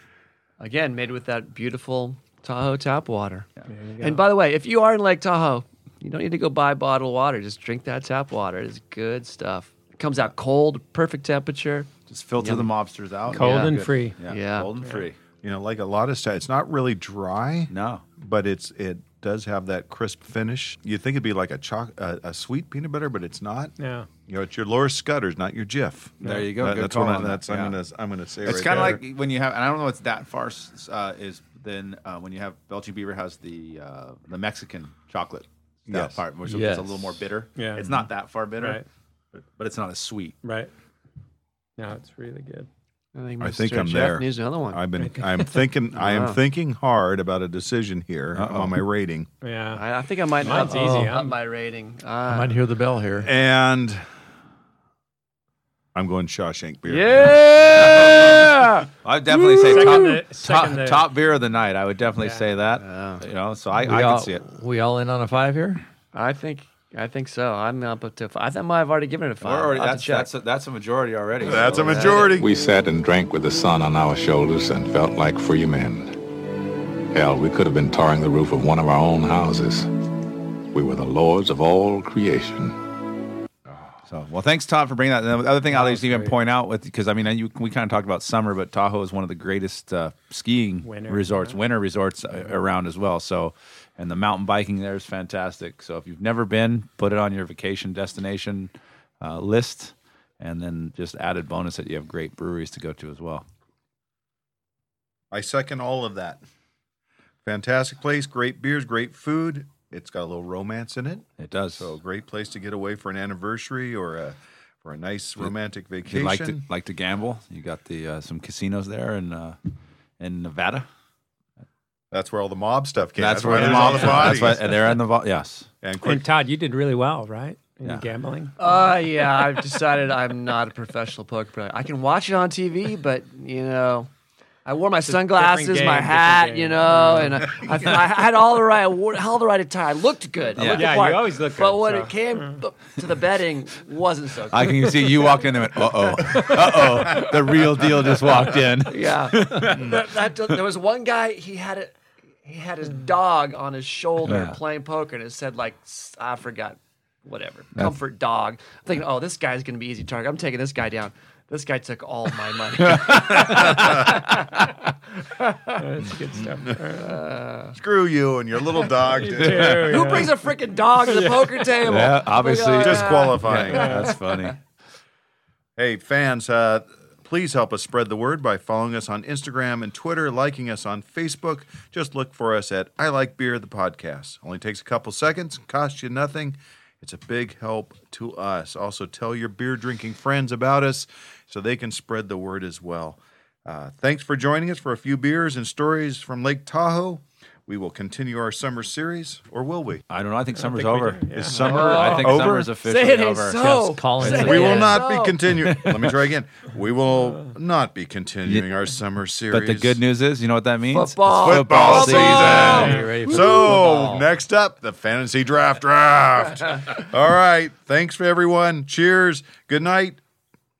S5: Again, made with that beautiful Tahoe tap water.
S4: you go.
S5: And by the way, if you are in Lake Tahoe, you don't need to go buy bottled water. Just drink that tap water. It's good stuff. It comes out cold, perfect temperature.
S3: Just filter the mobsters out.
S5: Yeah.
S3: Yeah.
S5: Yeah.
S3: Cold and free.
S1: You know, like a lot of stuff, it's not really dry.
S3: No,
S1: but it's it does have that crisp finish. You think it'd be like a choc a, a sweet peanut butter, but it's not.
S4: Yeah.
S1: You know, it's your Laura Scudder's, not your Jif.
S3: There you go.
S1: That-
S3: Good
S1: that's
S3: call
S1: what I,
S3: on that,
S1: that's I'm
S3: yeah.
S1: gonna I'm gonna say.
S3: It's
S1: right
S3: kind
S1: there.
S3: of like when you have, and I don't know it's that far s- uh, is than uh, when you have Belgian Beaver has the uh, the Mexican chocolate yes.
S1: Yes.
S3: part, which is
S1: Yes.
S3: a little more bitter.
S4: Yeah.
S3: it's not that far bitter,
S4: Right.
S3: but, but it's not as sweet.
S4: Right. No, it's really good.
S5: I think,
S1: I think I'm there. I've been. I'm thinking. I am
S5: Wow.
S1: thinking hard about a decision here on my rating.
S4: Yeah.
S5: I, I think I might
S4: Mine's
S5: up,
S4: easy.
S5: Oh. up
S4: I'm-
S5: my rating. Uh,
S2: I might hear the bell here.
S1: And I'm going Shawshank beer.
S3: Yeah, I definitely say top,
S2: Second the-
S3: top,
S2: second the-
S3: top beer of the night. I would definitely say that. You know, so I, I can see it.
S2: We all in on a five here?
S5: I think I think so. I'm up to five. I think I might have already given it a
S3: We're
S5: five.
S3: already,
S5: I'll have to
S3: that's,
S5: check.
S3: that's, a, that's a majority already.
S1: That's a
S3: So-
S1: majority.
S13: We sat and drank with the sun on our shoulders and felt like free men. Hell, we could have been tarring the roof of one of our own houses. We were the lords of all creation.
S3: So, well, thanks, Todd, for bringing that. And the other thing I'll just even point out with because I mean, you, we kind of talked about summer, but Tahoe is one of the greatest uh, skiing
S4: Winter.
S3: resorts, winter resorts uh, around as well. So, and the mountain biking there is fantastic. So, if you've never been, put it on your vacation destination uh, list, and then just added bonus that you have great breweries to go to as well.
S1: I second all of that. Fantastic place, great beers, great food. It's got a little romance in it.
S3: It does.
S1: So great place to get away for an anniversary or a for a nice romantic
S3: If
S1: vacation.
S3: you like to like to gamble, you got the uh, some casinos there in uh, in Nevada.
S1: That's where all the mob stuff came.
S3: That's where the mob. That's why and they're in the vault. Yes.
S1: And
S4: And Todd, you did really well, right? In gambling.
S5: Uh, yeah, I've decided I'm not a professional poker player. I can watch it on TV, but you know, I wore my
S4: It's a
S5: sunglasses,
S4: different
S5: my
S4: game,
S5: hat,
S4: different
S5: you
S4: game. Uh-huh.
S5: know, and I, I, I had all the right, I wore, held the right attire. I looked good. I
S3: Yeah.
S5: looked the
S3: Yeah, you
S5: part.
S3: always look
S5: But
S3: good,
S5: when
S3: so.
S5: it came b- to the betting, wasn't so. Good.
S3: I can see you walked in and went, uh oh, uh oh, the real deal just walked in.
S5: Yeah. That- that- there was one guy. He had it. He had his dog on his shoulder
S3: Yeah.
S5: playing poker, and it said like s- I forgot, whatever
S3: That's-
S5: comfort dog. I'm thinking, oh, this guy's gonna be easy target. I'm taking this guy down. This guy took all my money.
S4: That's good stuff.
S5: Uh,
S1: Screw you and your little dog.
S5: You too, Who yeah. brings a frickin' dog to the poker table?
S3: Yeah, obviously.
S5: Like, oh,
S1: disqualifying.
S3: Yeah, that's funny.
S1: Hey, fans, uh, please help us spread the word by following us on Instagram and Twitter, liking us on Facebook. Just look for us at I Like Beer, the podcast. Only takes a couple seconds, costs you nothing. It's a big help to us. Also, tell your beer drinking friends about us so they can spread the word as well. Uh, thanks for joining us for a few beers and stories from Lake Tahoe. We will continue our summer series, or will we?
S3: I don't know. I think summer's
S1: we
S3: over.
S1: do. Is
S3: Yeah.
S1: summer
S3: I think
S1: over?
S3: summer's officially Say it ain't over. so. Just call it Say
S1: we
S3: it
S1: will
S3: ain't
S1: not
S3: so.
S1: be continuing. Let me try again. We will not be continuing our summer series.
S3: But the good news is, you know what that means? It's
S1: football,
S3: football season.
S1: season. so next up, the fantasy draft draft. All right. Thanks for everyone. Cheers. Good night.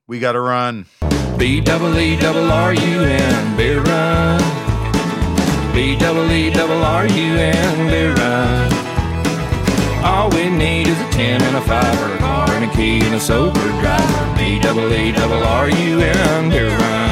S1: We got to run.
S12: B double E double R U N beer run. B double E double R U N beer run. All we need is a ten and a five, or an R and a key and a sober driver. B double E double R U N beer run.